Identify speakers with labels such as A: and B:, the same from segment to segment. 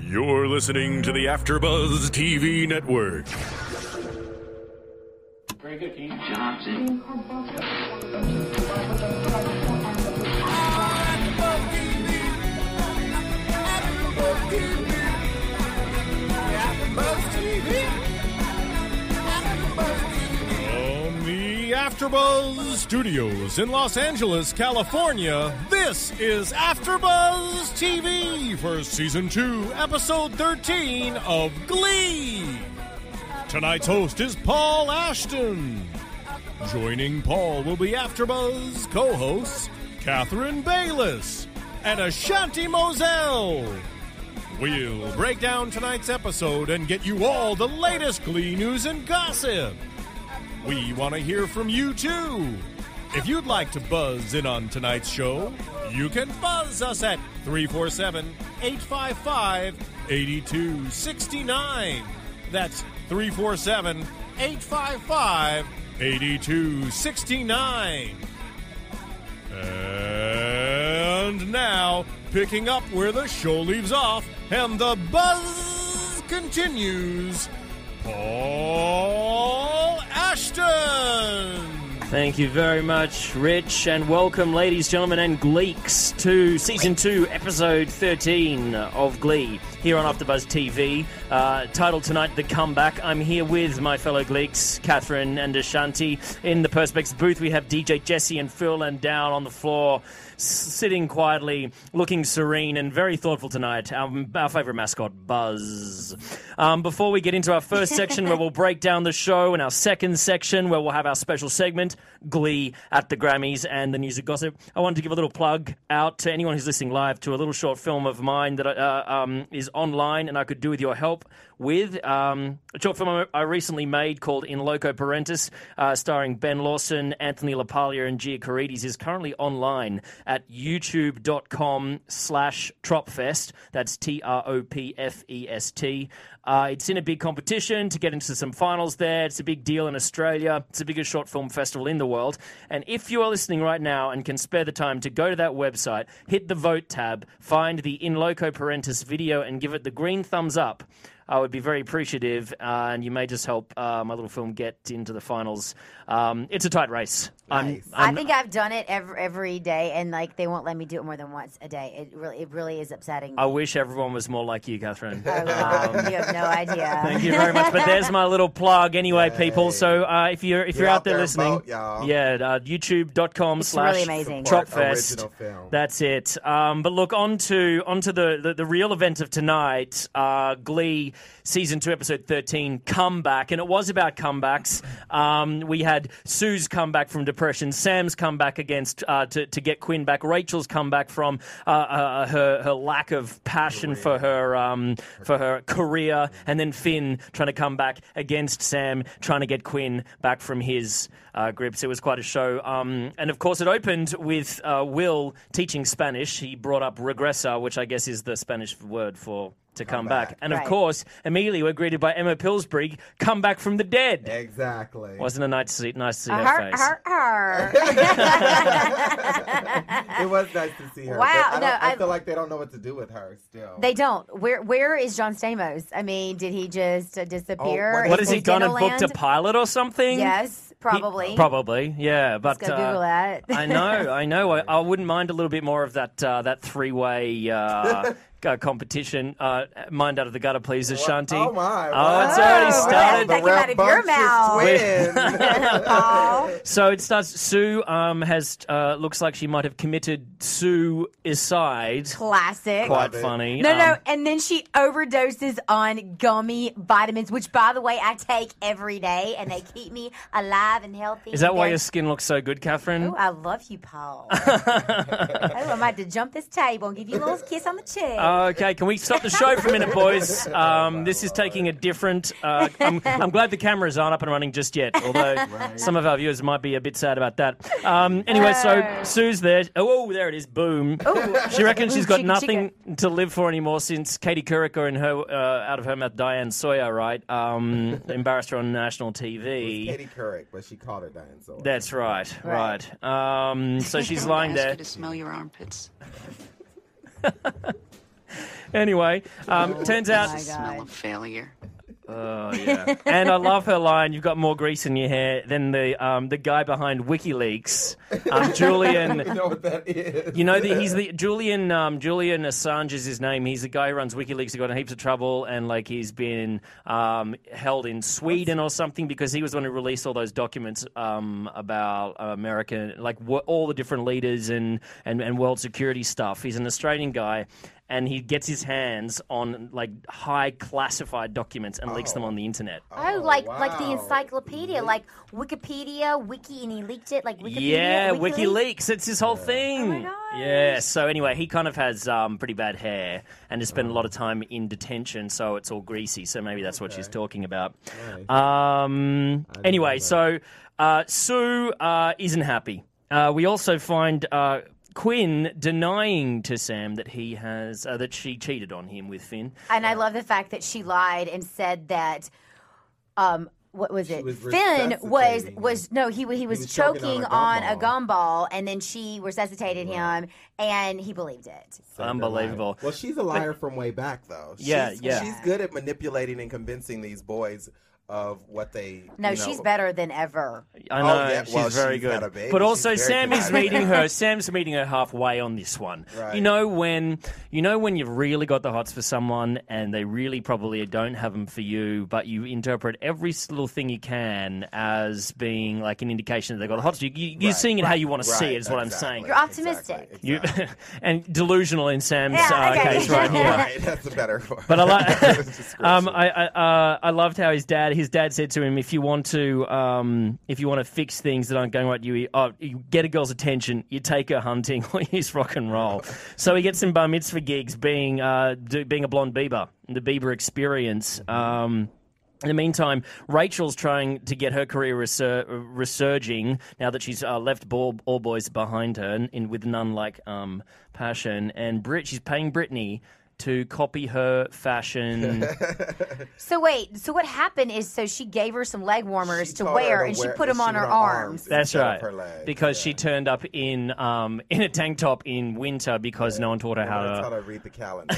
A: You're listening to the AfterBuzz TV Network.
B: Very good, Dean. Johnson.
A: From the AfterBuzz Studios in Los Angeles, California, this is AfterBuzz TV for Season 2, Episode 13 of Glee. Tonight's host is Paul Ashton. Joining Paul will be AfterBuzz co-hosts Catherine Bayless and Ashanti Moselle. We'll break down tonight's episode and get you all the latest Glee news and gossip. We want to hear from you too. If you'd like to buzz in on tonight's show, you can buzz us at 347 855 8269. That's 347 855 8269. And now, picking up where the show leaves off and the buzz continues, Paul Ashton!
C: Thank you very much, Rich, and welcome, ladies, gentlemen, and Gleeks, to season two, episode 13 of Glee here on AfterBuzz TV. Uh, titled tonight, "The Comeback." I'm here with my fellow Gleeks, Catherine and Ashanti. In the Perspex booth, we have DJ Jesse and Phil, and down on the floor, s- sitting quietly, looking serene and very thoughtful tonight. Our, our favorite mascot, Buzz. Um, before we get into our first section, where we'll break down the show, and our second section, where we'll have our special segment, Glee at the Grammys and the news of gossip. I wanted to give a little plug out to anyone who's listening live to a little short film of mine that uh, um, is online, and I could do with your help with um, a short film I- I recently made called In Loco Parentis, uh, starring Ben Lawson, Anthony LaPaglia, and Gia Carides, is currently online at youtube.com slash tropfest. That's T-R-O-P-F-E-S-T. E Uh, it's in a big competition to get into some finals there. It's a big deal in Australia. It's the biggest short film festival in the world. And if you are listening right now and can spare the time to go to that website, hit the vote tab, find the In Loco Parentis video, and give it the green thumbs up. I would be very appreciative, uh, and you may just help uh, my little film get into the finals. Um, it's a tight race. I'm,
D: i
C: I'm,
D: think I've done it every, every day, and like they won't let me do it more than once a day. It really, it really is upsetting.
C: I wish everyone was more like you, Catherine. Um,
D: you have no idea.
C: Thank you very much. But there's my little plug, anyway, people. So uh, if you're if you're,
E: Get
C: out,
E: out
C: there,
E: there and
C: listening,
E: vote, y'all.
C: yeah, uh, YouTube.com
D: It's
C: slash
D: really amazing.
E: Support
C: Tropfest.
E: original film.
C: That's it. Um, but look on to on to the, the the real event of tonight, uh, Glee season two episode thirteen, comeback, and it was about comebacks. Um, we had Sue's comeback from depression, Sam's comeback against uh, to to get Quinn back, Rachel's comeback from uh, uh, her her lack of passion for her um, for her career, and then Finn trying to come back against Sam, trying to get Quinn back from his uh, grips. It was quite a show, um, and of course it opened with uh, Will teaching Spanish. He brought up regresa, which I guess is the Spanish word for. To come, back. And of
D: Right.
C: course, immediately we're greeted by Emma Pillsbury, come back from the dead.
E: Exactly.
C: Wasn't it nice to see, nice to see her
D: Har,
C: face?
D: har, har.
E: it was nice to see her.
D: Wow,
E: but
D: no,
E: I, don't- I
D: I-
E: feel like they don't know what to do with her still.
D: They don't. Where Where is John Stamos? I mean, did he just uh, disappear?
E: what
C: What
D: Is
C: has he done and
D: Disneyland?
C: booked a pilot or something?
D: Yes,
C: He-
D: probably.
C: probably, yeah. But
D: Let's go
C: uh,
D: Google that.
C: I know, I know. I, I wouldn't mind a little bit more of that uh, that three way uh, uh, competition. Uh, mind out of the gutter, please, Ashanti.
E: Oh my!
C: Oh, it's
E: wow.
C: already
D: Oh,
C: started.
D: That came out of your mouth.
E: mouth.
D: Paul.
C: So it starts. Sue um, has uh, looks like she might have committed suicide.
D: Classic.
C: Quite
E: it.
C: funny.
D: No,
C: Um,
D: no. And then she overdoses on gummy vitamins, which, by the way, I take every day, and they keep me alive and healthy.
C: Is that why
D: They're-
C: your skin looks so good, Catherine?
D: Oh, I love you, Paul. oh, I'm about to jump this table and give you a little kiss on the cheek.
C: Okay, can we stop the show for a minute, boys? Um, this is taking a different. Uh, I'm, I'm glad the cameras aren't up and running just yet, although some of our viewers might be a bit sad about that. Um, anyway, so Sue's there. Oh, there it is. Boom. She reckons she's got
D: Chicka,
C: nothing to live for anymore since Katie Couric and her uh, out of her mouth Diane Sawyer, right? Um, embarrassed her on national TV.
E: Katie Couric, but she called her Diane Sawyer.
C: That's right, right. Um, so she's
F: Don't
C: lying
F: ask you
C: there.
F: to smell your armpits.
C: Anyway, um, turns out.
D: my
F: smell
D: God.
F: of failure.
C: Oh yeah, and I love her line. You've got more grease in your hair than the um, the guy behind WikiLeaks, um,
E: You
C: Julian.
E: know what that is?
C: You know that he's the Julian um, Julian Assange is his name. He's the guy who runs WikiLeaks. He got in heaps of trouble and like he's been um, held in Sweden or something because he was the one who released all those documents um, about uh, American like wha- all the different leaders and, and and world security stuff. He's an Australian guy. And he gets his hands on like high classified documents and leaks them on the internet.
D: Oh, like like the
E: wow.
D: encyclopedia, like Wikipedia, Wiki, and he leaked it like Wikipedia.
C: yeah,
D: WikiLeaks.
C: WikiLeaks. It's his whole thing.
D: my gosh.
C: Yeah. So anyway, he kind of has um, pretty bad hair and has spent a lot of time in detention, so it's all greasy. So maybe that's what she's talking about. Um, anyway, so uh, Sue uh, isn't happy. Uh, we also find. Uh, Quinn denying to Sam that he has uh, that she cheated on him with Finn.
D: And I love the fact that she lied and said that. Um, what was it?
E: was
D: Finn was
E: resuscitating.
D: was no, he wa- he was,
E: was
D: choking,
E: choking on a
D: on a
E: gumball.
D: gumball, and then she resuscitated him, and he believed it.
E: Saved her
C: Unbelievable.
E: life. Well, she's a liar from way back, though.
C: Yeah,
E: She's-
C: yeah.
E: She's good at manipulating and convincing these boys of what they.
D: No,
E: you know,
D: she's better than ever.
C: I
E: Oh,
C: know
E: yeah,
C: she's
E: well,
C: very
E: she's
C: good,
E: not a baby.
C: but
E: She's
C: also
E: very
C: Sam is
E: good.
C: meeting her. Sam's meeting her halfway on this one.
E: Right.
C: You know when you know when you've really got the hots for someone, and they really probably don't have them for you, but you interpret every s- little thing you can as being like an indication that they have got the hots. for You, you, you're
E: Right,
C: seeing it how you want to see
E: Right,
C: it. Is what I'm
E: exactly,
C: saying.
D: You're optimistic.
E: Exactly,
C: You,
E: exactly.
C: and delusional in Sam's
D: Yeah,
C: uh,
D: okay.
C: case right here.
E: Right, that's the better one.
C: But I like,
E: Description.
C: um, I I, uh, I loved how his dad his dad said to him, if you want to um, if you want to fix things that aren't going right, you, oh, you get a girl's attention, you take her hunting, or you use rock and roll. so he gets some bar mitzvah gigs, being uh, do, being a blonde Bieber, the Bieber experience. Um, in the meantime, Rachel's trying to get her career resur- resurging now that she's uh, left ball- all boys behind her and, and with none like um, passion. And Brit, she's paying Brittany to copy her fashion.
D: So wait, so what happened is, so she gave her some leg warmers
E: She
D: to
E: told
D: wear,
E: her to
D: and she
E: wear-
D: put them
E: she
D: on
E: put
D: her
E: her
D: arms.
E: arms.
C: That's
E: instead of
C: right.
E: her legs,
C: because
E: yeah.
C: she turned up in um, in a tank top in winter because no one taught her how
E: That's
C: to.
E: how to read the calendar.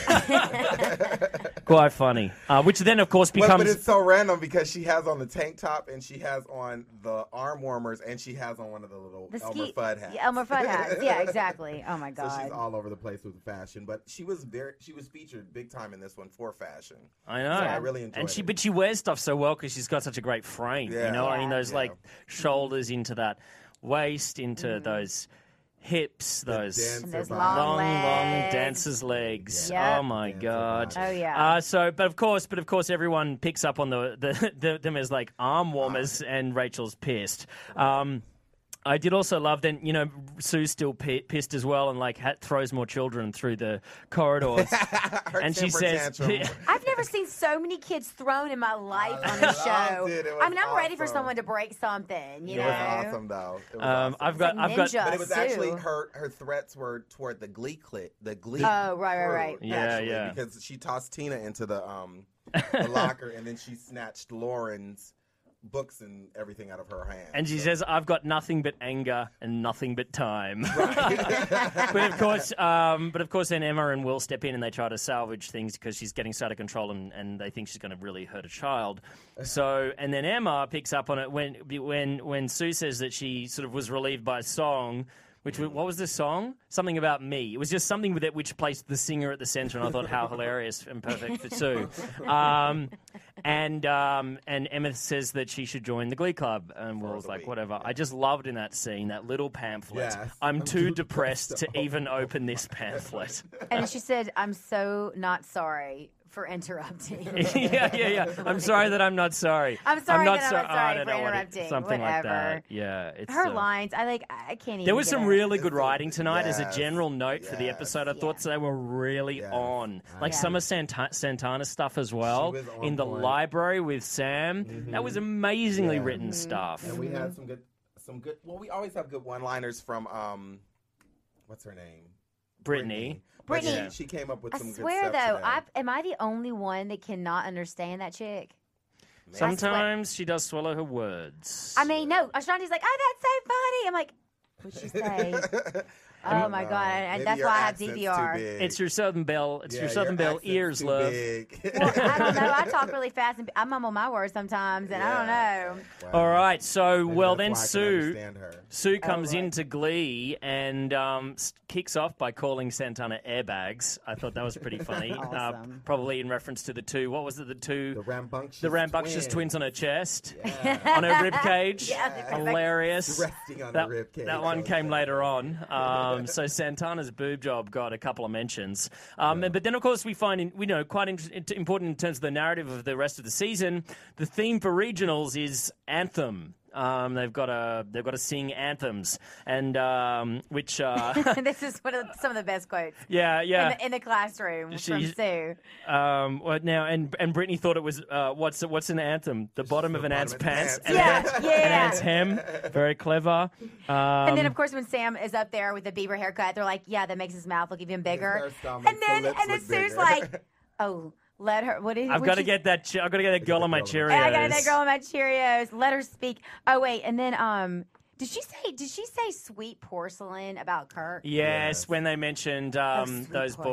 C: Quite funny. Uh, which then, of course,
E: Well,
C: becomes.
E: but it's so random because she has on the tank top and she has on the arm warmers and she has on one of the little
D: The
E: Elmer
D: ski,
E: Fudd hats.
D: Yeah, Elmer Fudd hats. Yeah, exactly. Oh my
E: So
D: god.
E: she's all over the place with fashion, but she was very she was featured big time in this one for fashion.
C: I know.
E: So I really enjoyed
C: And she,
E: it.
C: but she wears stuff so well because she's got such a great frame. You
E: Yeah.
C: know, I mean,
D: Yeah.
C: those
E: Yeah.
C: like shoulders into that waist, into
D: Mm.
C: those hips, those
E: dancer
D: And those
E: body.
D: long
C: long, long
D: legs.
C: dancer's legs.
D: Yeah.
C: Oh my
E: Dancer
C: god.
E: body.
D: oh yeah.
C: Uh, so, but of course, but of course, everyone picks up on the, the, the them as like arm warmers, and Rachel's pissed. Um, I did also love then, you know, Sue's still pi pissed as well, and like hat throws more children through the corridors,
E: Her
C: and she
E: temper
C: says,
E: tantrum.
D: I've never seen so many kids thrown in my life on a
E: loved
D: show.
E: it. It
D: I mean, I'm ready for
E: was awesome.
D: someone to break something. You
E: It
D: know.
E: was awesome though. It was
C: um,
E: awesome.
C: "I've got, I've got."
D: Ninja.
E: But it was
D: Sue.
E: actually her her threats were toward the Glee clip, the Glee.
D: Oh, right, right, right.
E: crew,
C: Yeah,
E: actually,
C: yeah.
E: Because she tossed Tina into the um the locker, and then she snatched Lauren's books and everything out of her hand.
C: And she
E: So-
C: says, "I've got nothing but anger and nothing but time." but of course, um, but of course, then Emma and Will step in and they try to salvage things because she's getting so out of control and, and they think she's going to really hurt a child. So, and then Emma picks up on it when when when Sue says that she sort of was relieved by a song. Which wa- what was the song? Something about me. It was just something with it which placed the singer at the center, and I thought how hilarious and perfect for Sue. Um, and um, and Emma says that she should join the Glee Club, and Will's
E: the
C: like,
E: week,
C: whatever. I just loved in that scene that little pamphlet.
E: Yes.
C: I'm
E: I'm
C: too
E: too
C: depressed
E: depressed
C: to
E: to
C: even open this pamphlet.
D: And she said, "I'm so not sorry for interrupting."
C: yeah, yeah, yeah. I'm sorry that I'm not sorry.
D: I'm sorry
C: not
D: that I'm
C: so-
D: not sorry
C: I don't
D: for
C: know what it-
D: interrupting,
C: Something like that.
D: whatever.
C: Yeah, it's
D: Her
C: uh,
D: lines, I like. I I can't even.
C: There was
D: get
C: some
D: over
C: really
E: It's
C: good
E: a-
C: writing tonight as
E: yes,
C: a general note for the
E: yes.
C: episode. I thought
D: Yeah.
C: they were really
E: Yes.
C: on. Like
D: Yeah.
C: some of Santa- Santana stuff as well
E: was on
C: in the
E: point. Mm-hmm.
C: library with Sam. That was amazingly
E: Yeah.
C: written
D: Mm-hmm.
C: stuff.
E: And we had some good, some good. Well, we always have good one-liners from um, what's her name?
C: Brittany.
E: But
D: Brittany.
E: She, she came up with
D: I
E: some.
D: swear
E: good stuff
D: though,
E: today.
D: I am I the only one that cannot understand that chick? swear.
C: Sometimes she does swallow her words.
D: I mean, no, Ashanti's like, oh, that's so funny. I'm like, what'd she say? Oh my god! And
E: Uh, Maybe
D: that's
E: your
D: why I have
E: accent's too
D: DVR.
E: big.
C: It's your Southern Belle. It's
E: Yeah,
C: your Southern Belle
E: accent's
C: ears,
E: too
C: love.
E: big.
D: I don't know. I talk really fast, and I mumble my words sometimes, and I don't know.
E: Wow.
C: All right. So,
E: Maybe
C: well,
E: that's
C: then
E: why I can
C: Sue.
E: understand her.
C: Sue comes into Glee and um, s- kicks off by calling Santana airbags. I thought that was pretty funny. Uh,
D: Awesome.
C: probably in reference to the two. What was it? The two.
E: The rambunctious,
C: the rambunctious
E: twin.
C: twins on her chest,
E: Yeah.
C: on her rib cage.
D: Yeah, they're perfect.
C: Hilarious.
E: resting on
C: That,
E: the rib cage.
C: that one came later on. Um, so Santana's boob job got a couple of mentions. Um, But then, of course, we find in, we know quite in, in- important in terms of the narrative of the rest of the season. The theme for regionals is anthem. Um, they've got to they've got to sing anthems, and um, which uh,
D: this is one of some of the best quotes
C: yeah yeah
D: in, the, in the classroom from
C: She's-
D: Sue.
C: Um, what now? And and Brittany thought it was uh, what's what's an anthem? The bottom of an
E: bottom
C: ant's
E: of an
C: pants,
E: ant's
C: and
D: Yeah,
C: an ant's,
D: yeah.
C: an ant's hem. Very clever. Um,
D: And then, of course, when Sam is up there with the Bieber haircut, they're like, "Yeah, that makes his mouth look even bigger."
E: her stomach,
D: And then,
E: her lips
D: and then
E: look
D: Sue's
E: bigger.
D: like, "Oh, let her." What is?
C: I've
D: what'd
C: got to
D: she-
C: get that. Che- I've got to get that girl on my Cheerios.
D: And I got that girl on my Cheerios. Let her speak. Oh wait, and then um, did she say? Did she say sweet porcelain about Kirk?
C: Yes,
E: Yes.
C: when they mentioned um,
D: sweet
C: those boys.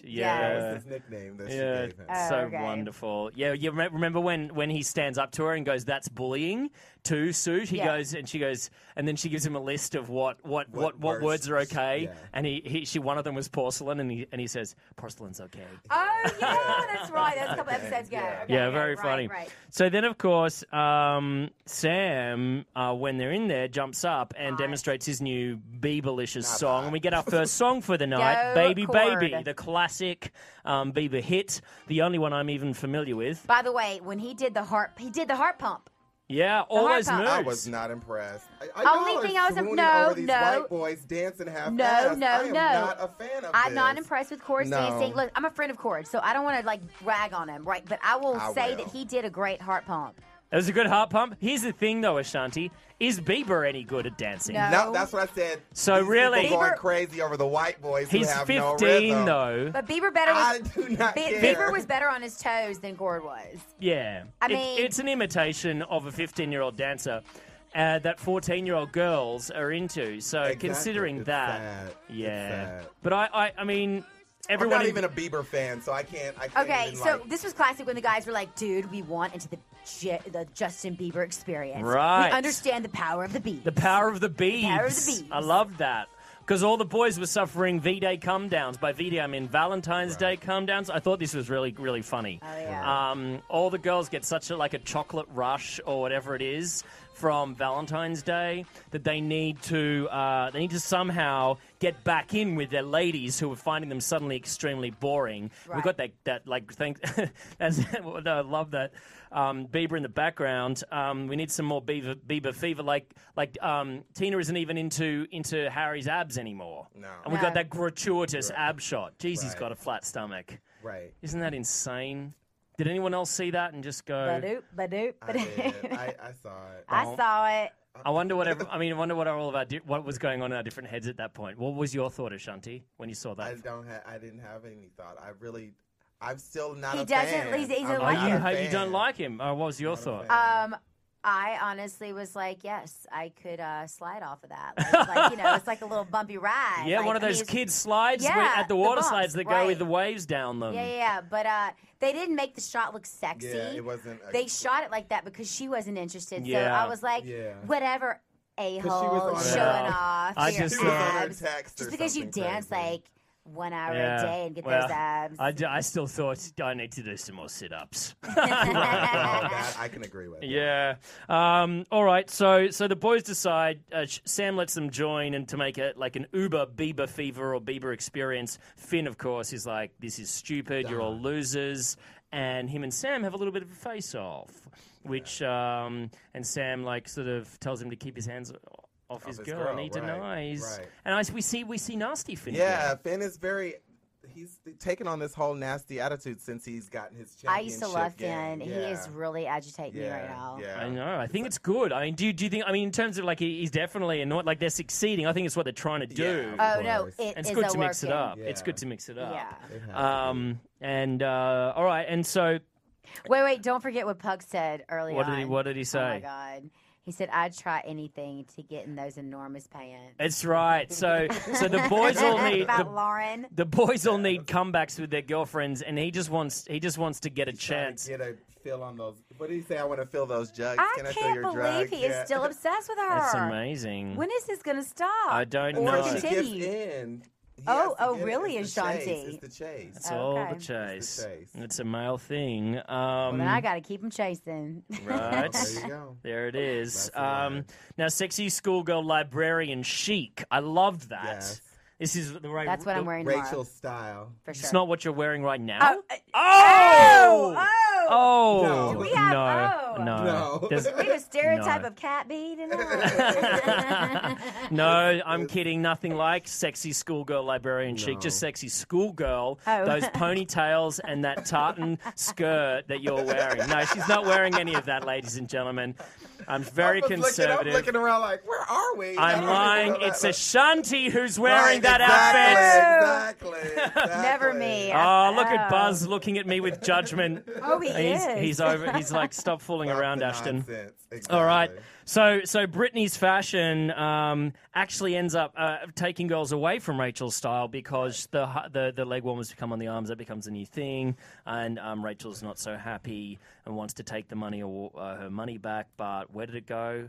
D: porcelain.
C: Yeah.
E: That was his nickname that
C: Yeah,
E: she gave him.
D: Uh,
C: so
D: okay.
C: wonderful. Yeah, you remem- remember when when he stands up to her and goes, "That's bullying." To Sue, he
D: Yeah.
C: goes and she goes, and then she gives him a list of what what what, what, words
E: words-
C: are okay.
E: yeah.
C: And he, he she one of them was porcelain, and he and he says, "Porcelain's okay."
D: Oh yeah, that's right. That's a couple episodes ago.
E: Yeah.
D: Okay,
C: yeah,
D: okay,
C: very
D: right,
C: funny.
D: Right.
C: So then, of course, um, Sam, uh, when they're in there, jumps up and demonstrates his new Bieberlicious song, and we get our first song for the night,
D: Go
C: "Baby
D: Chord.
C: Baby," the classic um, Bieber hit, the only one I'm even familiar with.
D: By the way, when he did the heart, he did the heart pump.
C: Yeah, always
D: hard
C: moves.
D: part.
E: I was not impressed. I, I
D: Only
E: y'all are
D: thing I was im-
E: swooning
D: no,
E: over these
D: no.
E: white boys dancing half
D: No,
E: assed.
D: no,
E: I am
D: no.
E: Not a fan of
D: I'm
E: this.
D: not impressed with Corey's
E: No.
D: dancing. Look, I'm a friend of Corey, so I don't want to like rag on him, right? But I will
E: I
D: say
E: will.
D: that he did a great heart pump.
C: It was a good heart pump. Here's the thing, though, Ashanti: is Bieber any good at dancing?
D: No.
E: No, that's what I said.
C: So
E: These
C: really-
E: people going
D: Bieber-
E: crazy over the white boys who
C: He's
E: have
C: 15,
E: no rhythm.
C: though.
D: But Bieber better.
E: I
D: Was,
E: do not
D: Be-
E: care.
D: Bieber was better on his toes than Cord was.
C: Yeah.
D: I
C: It-
D: mean-
C: it's an imitation of a 15 year old dancer uh, that 14 year old girls are into. So
E: Exactly.
C: considering
E: It's
C: that.
E: sad. It's
C: Yeah.
E: sad.
C: But I, I, I mean,
E: I'm
C: everyone.
E: not
C: in-
E: even a Bieber fan, so I can't. I can't
D: Okay,
E: even,
D: so
E: like,
D: this was classic when the guys were like, "Dude, we want into the J- the Justin Bieber experience.
C: Right.
D: We understand the power of the beat.
C: the power of the bees.
D: power of the bees.
C: I love that. Because all the boys were suffering V Day come downs. By V Day, I mean Valentine's Day come downs. I thought this was really, really funny.
D: Oh, yeah.
C: um, all the girls get such a, like a chocolate rush or whatever it is from Valentine's Day that they need to uh, they need to somehow get back in with their ladies who are finding them suddenly extremely boring. We've
D: Right.
C: got that that like thing. that's, I love that um, Bieber in the background. Um, we need some more Bieber, Bieber fever. Like like um, Tina isn't even into into Harry's abs anymore.
E: No.
C: and we got
D: No.
C: that gratuitous ab shot. Jeez, he's
E: Right.
C: got a flat stomach.
E: right.
C: Isn't that insane? Did anyone else see that and just go?
D: Badoop, badoop,
E: I, did.
D: badoop.
E: I, I saw it.
D: I, saw it.
C: I wonder what. Every, I mean, I wonder what all of our di- what was going on in our different heads at that point. What was your thought, Ashanti, when you saw
E: I
C: that?
E: don't have. I didn't have any thought. I really. I'm still not.
D: He
E: a
D: doesn't-
E: Fan.
D: he's- he's
E: I'm
D: a
C: Oh,
E: not
C: you
D: liar.
E: a
C: ha- you
E: fan.
C: don't like him. Oh, what was your
E: a
C: thought?
E: fan.
D: Um, I honestly was like, yes, I could uh, slide off of that. Like, it's like, you know, it's like a little bumpy ride.
C: Yeah,
D: Like,
C: one of
D: I mean,
C: those
D: it's-
C: kids slides
D: Yeah,
C: with, at the
D: the
C: water
D: bumps,
C: slides that go
D: right.
C: with the waves down them.
D: Yeah, yeah, yeah. But uh, they didn't make the shot look sexy.
E: Yeah, it wasn't. A,
D: They shot it like that because she wasn't interested.
C: Yeah.
D: So I was like,
E: Yeah.
D: whatever, a hole,
E: on
D: showing
C: her-
D: off.
C: I
D: your
C: just,
E: She was on her
D: abs.
E: text or
D: Just because you
E: something
D: dance
E: crazy.
D: like one hour
C: Yeah.
D: a day and get
C: Well,
D: those abs.
C: I, d- I still thought I need to do some more sit ups.
D: eh.
E: that I can agree with.
C: Yeah. Um, all right. So so the boys decide. Uh, Sh- Sam lets them join and to make it like an Uber Bieber fever or Bieber experience. Finn, of course, is like, "This is stupid. You're all losers." And him and Sam have a little bit of a face off, which um, and Sam like sort of tells him to keep his hands o- off, his,
E: his
C: girl,
E: girl,
C: and he
E: right,
C: denies.
E: right.
C: And I, s- we see we see nasty Finn.
E: Yeah, Finn is very. He's taken on this whole nasty attitude since he's gotten his championship.
D: I used to love
E: game.
D: Finn. He is
E: Yeah.
D: really agitating me right
E: Yeah,
D: now.
E: yeah.
C: I know. I think it's good. I mean, do you- do you think? I mean, in terms of like he- he's definitely and not like they're succeeding. I think it's what they're trying to do.
E: Yeah.
D: Oh no,
E: course.
D: it
C: And
D: is
C: it's good
D: a
C: to mix it
D: working.
C: up. It's
E: Yeah.
C: good to mix it up.
D: Yeah.
E: It has to be.
C: Um, and uh, all right, and so
D: Wait, wait, don't forget what Pug said earlier.
C: What did he- what did he
D: Oh
C: say?
D: my god. He said, I'd try anything to get in those enormous pants.
C: It's right. So so the boys all need
D: About
C: the,
D: Lauren.
C: the boys all need comebacks with their girlfriends, and he just wants he just wants to get a chance.
E: Get a feel on those. What did he say? I want to feel those jugs.
D: I
E: Can I feel
D: can't
E: your
D: believe
E: drugs?
D: he
E: Yeah.
D: is still obsessed with her.
C: That's amazing.
D: When is this going to stop?
C: I don't
E: Or
C: know.
E: she
D: Continue.
E: gets in. He
D: Oh,
E: has to
D: oh,
E: get it.
D: really,
E: It's the chase.
D: Ashanti?
E: It's the chase.
C: It's all
D: Okay.
C: the chase.
E: It's the chase.
C: It's a male thing. Um,
D: well, then I got to keep him chasing.
E: Oh,
C: right.
E: there you go.
C: There it is.
E: Oh, That's
C: Um,
E: right.
C: now, sexy schoolgirl librarian chic. I loved that.
E: Yes.
C: This is the right.
D: That's what I'm wearing tomorrow.
E: Rachel style.
D: for sure.
C: It's not what you're wearing right now.
D: Oh, uh,
C: Oh!
D: oh,
C: Oh,
E: No. We
D: have-
C: no,
D: oh.
C: no,
E: No.
C: There's-
D: We have a stereotype
C: Oh! No.
D: of cat B tonight.
C: no, I'm kidding. Nothing like sexy schoolgirl librarian chic. Just sexy schoolgirl.
D: Oh.
C: Those ponytails and that tartan skirt that you're wearing. No, she's not wearing any of that, ladies and gentlemen. I'm very
E: I was Looking,
C: conservative.
E: I'm looking around like, where are we? I
C: I'm
E: don't even
C: lying.
E: know that.
C: It's Ashanti who's wearing
E: Right,
C: that outfit.
E: exactly, Exactly. exactly.
D: Never me.
C: Oh, look at
D: Oh.
C: Buzz looking at me with judgment.
D: Oh, he
C: he's,
D: is.
C: he's over. He's like, stop fooling
E: Stop
C: around,
E: the
C: Ashton.
E: nonsense. Exactly.
C: All right. So, so Britney's fashion um, actually ends up uh, taking girls away from Rachel's style because the hu- the the leg warmers become on the arms. That becomes a new thing, and um, Rachel's not so happy and wants to take the money or uh, her money back. But where did it go?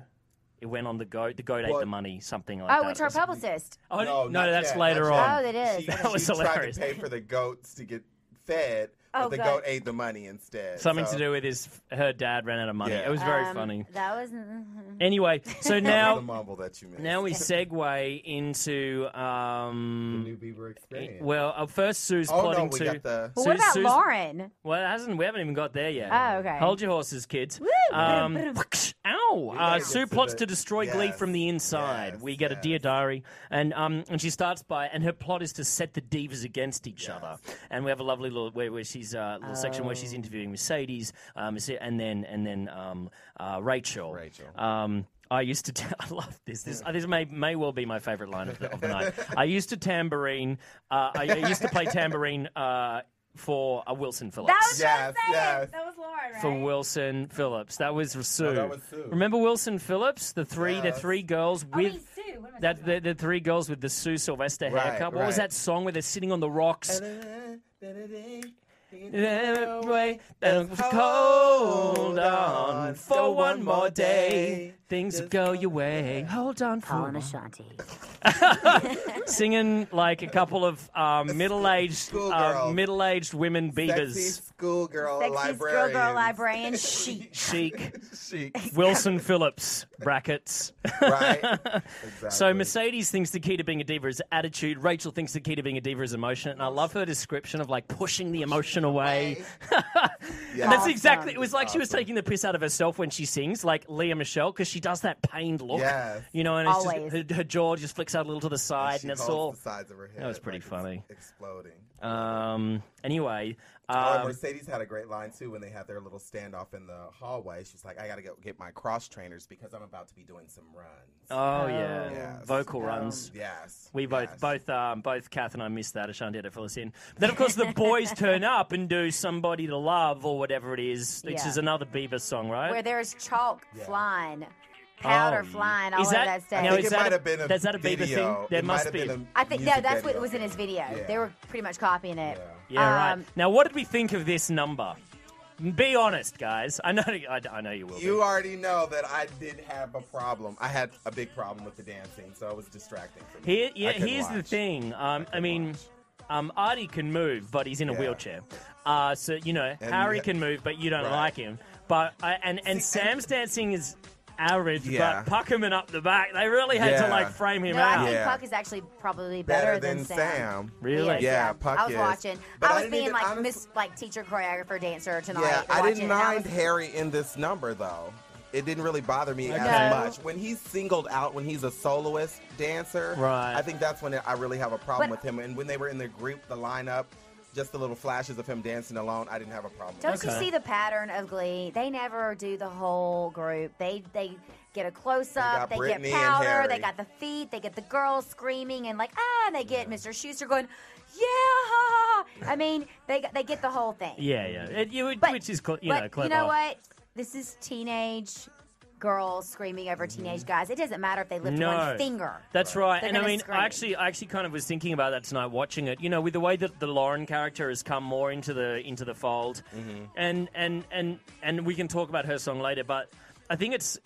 C: It went on the goat. The goat ate
E: Well-
C: the money. Something like
D: oh,
C: that.
D: it's her publicist.
C: Oh, no,
E: not
C: that's
E: yet,
C: later
E: not yet.
C: on.
D: Oh, that is.
E: She,
D: That
E: she
C: was hilarious.
E: tried to pay for the goats to get fed,
D: Oh,
E: but the
D: good.
E: goat ate the money instead.
C: Something
E: so.
C: to do with his her dad ran out of money.
E: Yeah.
C: It was very
D: Um,
C: funny.
D: That was. mm-hmm.
C: Anyway, so
E: That was
C: now
E: the mumble that you missed.
C: now we segue into
E: the
C: um
E: new Bieber experience.
C: well uh, first Sue's
E: oh no,
C: plotting
E: we
C: to
E: got the.
D: Well,
C: So
D: what about
C: Susan-
D: Lauren?
C: well it hasn't we haven't even got there yet.
D: Oh, okay.
C: Hold your horses, kids.
D: Woo!
C: Um, ow! Uh,
E: We gotta
C: Sue
E: get to
C: plots
E: the-
C: to destroy Glee
E: yes,
C: from the inside.
E: yes,
C: we get a
E: yes.
C: dear diary, and um, and she starts by and her plot is to set the divas against each
E: Yes.
C: other. And we have a lovely little where, where she's uh, little section where she's
D: Oh.
C: interviewing Mercedes, um, and then and then um, uh, Rachel.
E: Rachel.
C: Um, I used to. T- I love this. This, uh, this may may well be my favorite line of the, of the night. I used to tambourine. Uh, I, I used to play tambourine uh, for uh, Wilson Phillips.
D: That was
E: Yes,
D: what I'm saying.
E: yes.
D: That was Lauren, right?
C: for Wilson Phillips. That was Sue.
E: Oh, that was Sue.
C: Remember Wilson Phillips? The three, the
E: Yes.
C: three girls
D: I mean,
C: with.
D: Sue. What am I
C: That
D: talking
C: the, the three girls with the Sue Sylvester
E: Right,
C: haircut. What was
E: right.
C: that song where they're sitting on the rocks? Anyway, and it's Hold on for one more day. Things will go your way. Hold on for
D: about?
C: one.
D: Ashanti.
C: singing like a couple of um, middle-aged uh,
E: schoolgirls.
C: middle-aged women beavers.
E: Sexy schoolgirl
D: Sexy girl,
E: librarian.
D: girl, librarian, chic.
C: Chic
E: Chic,
C: Wilson Phillips brackets.
E: right? Exactly.
C: So Mercedes thinks the key to being a diva is attitude. Rachel thinks the key to being a diva is emotion, and I love her description of like pushing the emotion away.
E: Yeah.
C: That's
D: Awesome.
C: exactly. It was like she was
E: Awesome.
C: taking the piss out of herself when she sings, like Leah Michelle, because she does that pained look.
E: Yes.
C: You know, and it's just,
D: Always.
C: her, her jaw just flicks out a little to the side,
E: She
C: and it's
E: holds
C: all.
E: the sides of her head.
C: was pretty
E: like it's
C: funny.
E: Exploding.
C: Um. Anyway.
E: Oh,
C: Um,
E: Mercedes had a great line too when they had their little standoff in the hallway. She's like, "I gotta go get my cross trainers because I'm about to be doing some runs."
C: oh yeah.
E: Yes.
C: Vocal runs.
E: yes,
C: We both,
E: yes.
C: both, um, both Kath and I missed that. Ashanti had to fill us in. But then, of course, the boys turn up and do "Somebody to Love" or whatever it is, which
D: Yeah.
C: is another Bieber song, right?
D: Where there's chalk
E: Yeah.
D: flying, powder
C: Oh,
D: flying
C: yeah.
D: all
C: Is
D: over
C: that-
D: that
C: I
E: I
D: stage.
C: Now,
E: think
C: is
E: it
C: that
E: might
C: a-
E: have been a
C: that's that a Bieber
E: video.
C: thing? There
E: It might
C: must
E: have
C: be.
E: been a
D: I think no,
E: music
D: that's what
E: video
D: was in his
E: thing.
D: video.
E: Yeah.
D: They were pretty much copying it.
C: Yeah,
D: Um,
C: right. Now, what did we think of this number? Be honest, guys. I know, I, I know you will. be.
E: You already know that I did have a problem. I had a big problem with the dancing, so it was distracting. For me.
C: Here, yeah,
E: I couldn't
C: here's the
E: watch.
C: thing. Um, I,
E: couldn't
C: mean, um, Artie can move, but he's in a
E: Yeah.
C: wheelchair. Uh, so you know,
E: And
C: Harry
E: you-
C: can move, but you don't
E: Right.
C: like him. But I and and
E: See,
C: Sam's dancing is average,
E: Yeah.
C: but Puckerman up the back, they really had to
E: Yeah.
C: like frame him
D: No, I
C: out.
D: think
E: Yeah.
D: Puck is actually probably better,
E: Better than Sam.
C: Really?
D: He is,
E: Yeah, Puck
D: I was
E: is.
D: watching.
E: But
D: I
E: I
D: was
E: didn't
D: being
E: even-
D: like
E: honest-
D: Miss, like teacher choreographer dancer tonight.
E: Yeah, I
D: watching
E: didn't
D: it, and I
E: mind
D: was-
E: Harry in this number though. It didn't really bother me
C: Okay.
E: as much when he's singled out when he's a soloist dancer.
C: Right.
E: I think that's when I really have a problem
D: But-
E: with him. And when they were in the group, the lineup, just the little flashes of him dancing alone, I didn't have a problem.
D: Don't
E: with
D: you
C: Okay.
D: see the pattern of Glee? They never do the whole group. They they get a close up, they,
E: They got
D: get
E: Brittany and
D: powder, they
E: Harry.
D: got the feet, they get the girls screaming and like ah, and they get Mr. Schuster going, yeah. I mean, they they get the whole thing.
C: Yeah, yeah. It, you,
D: But-
C: which is cl- you
D: but
C: know clever.
D: you know what? This is teenage girls screaming over
C: Mm-hmm.
D: teenage guys. It doesn't matter if they lift one finger.
C: That's right.
D: They're
C: And I
D: gonna
C: mean,
D: scream.
C: I actually, I actually kind of was thinking about that tonight watching it. You know, with the way that the Lauren character has come more into the into the fold, and and and and we can talk about her song later. But I think it's.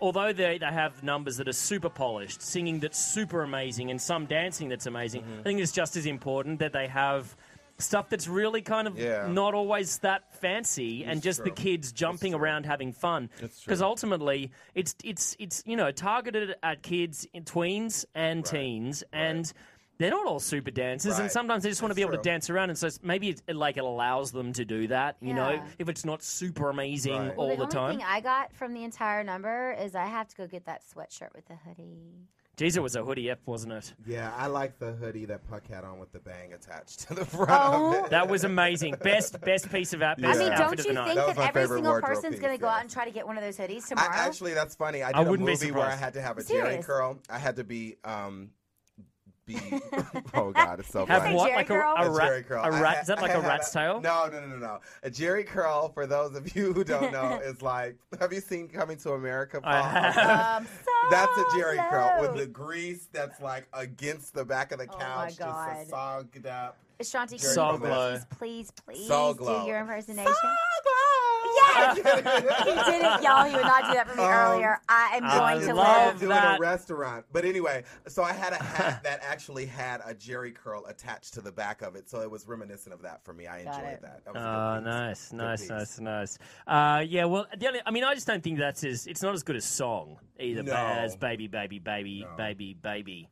C: Although they, they have numbers that are super polished, singing that's super amazing, and some dancing that's amazing, I think it's just as important that they have stuff that's really kind of
E: Yeah.
C: not always that fancy and just the
E: true.
C: kids jumping around having fun. Because ultimately, it's it's it's you know targeted at kids, in tweens and teens, and they're not all super dancers, and
E: Right.
C: sometimes they just want to
E: That's
C: be able to
E: true.
C: dance around, and so it's- maybe it, it, like it allows them to do that. You know,
D: Yeah.
C: if it's not super amazing
E: Right.
C: all
D: Well,
C: the,
D: only
C: time.
D: thing I got from the entire number is I have to go get that sweatshirt with the hoodie.
C: Jeez, it was a hoodie F, wasn't it?
E: Yeah, I like the hoodie that Puck had on with the bang attached to the front
D: Oh.
E: of it.
C: That was amazing. Best best piece of out.
E: Yeah.
C: Best
D: I mean,
C: outfit
D: don't
C: of
D: you
C: the
D: think
C: night.
E: That was
D: that
E: my
D: every
E: favorite
D: single
E: wardrobe
D: person's going to
E: piece,
D: go out
E: yeah.
D: and try to get one of those hoodies
E: I,
D: tomorrow?
E: actually, that's funny. I did
C: I
E: a
C: wouldn't be
E: movie where I
C: surprised.
E: had to have a Jerry
D: Serious.
E: curl. I had to be, um, be. oh God, it's so
C: Have
E: funny.
C: what?
D: Jerry
C: Like a,
D: curl?
C: a
E: A Jerry
C: rat?
E: curl.
C: A
E: I
C: rat?
E: had-
C: Is that
E: I
C: like a
E: had
C: rat's tail?
E: No, no, no, no, no. A Jerry curl. For those of you who don't know, is like, have you seen Coming to America?
C: I
E: Paul?
C: have.
D: Um, so
E: That's a Jerry curl
D: low.
E: with the grease that's like against the back of the
D: Oh, my
E: couch,
D: God.
E: just sogged up.
D: Ashanti, can
E: Jerry
C: Sol
D: you
C: glow.
D: please, please, please
E: Sol glow.
D: do your impersonation? Yes! he did it, y'all. He would not do that for me
E: Um,
D: earlier. I am
C: I
D: going to
C: love
D: live.
E: doing
C: that.
E: a restaurant. But anyway, so I had a hat that actually had a Jerry curl attached to the back of it, so it was reminiscent of that for me. I
D: Got
E: enjoyed
D: it.
E: that. that was a good
C: Oh,
E: piece.
C: nice,
E: Good
C: nice,
E: piece.
C: nice, nice. Uh, yeah, well, the only, I mean, I just don't think that's as it's not as good as song either
E: No.
C: as baby, baby, baby, baby, baby.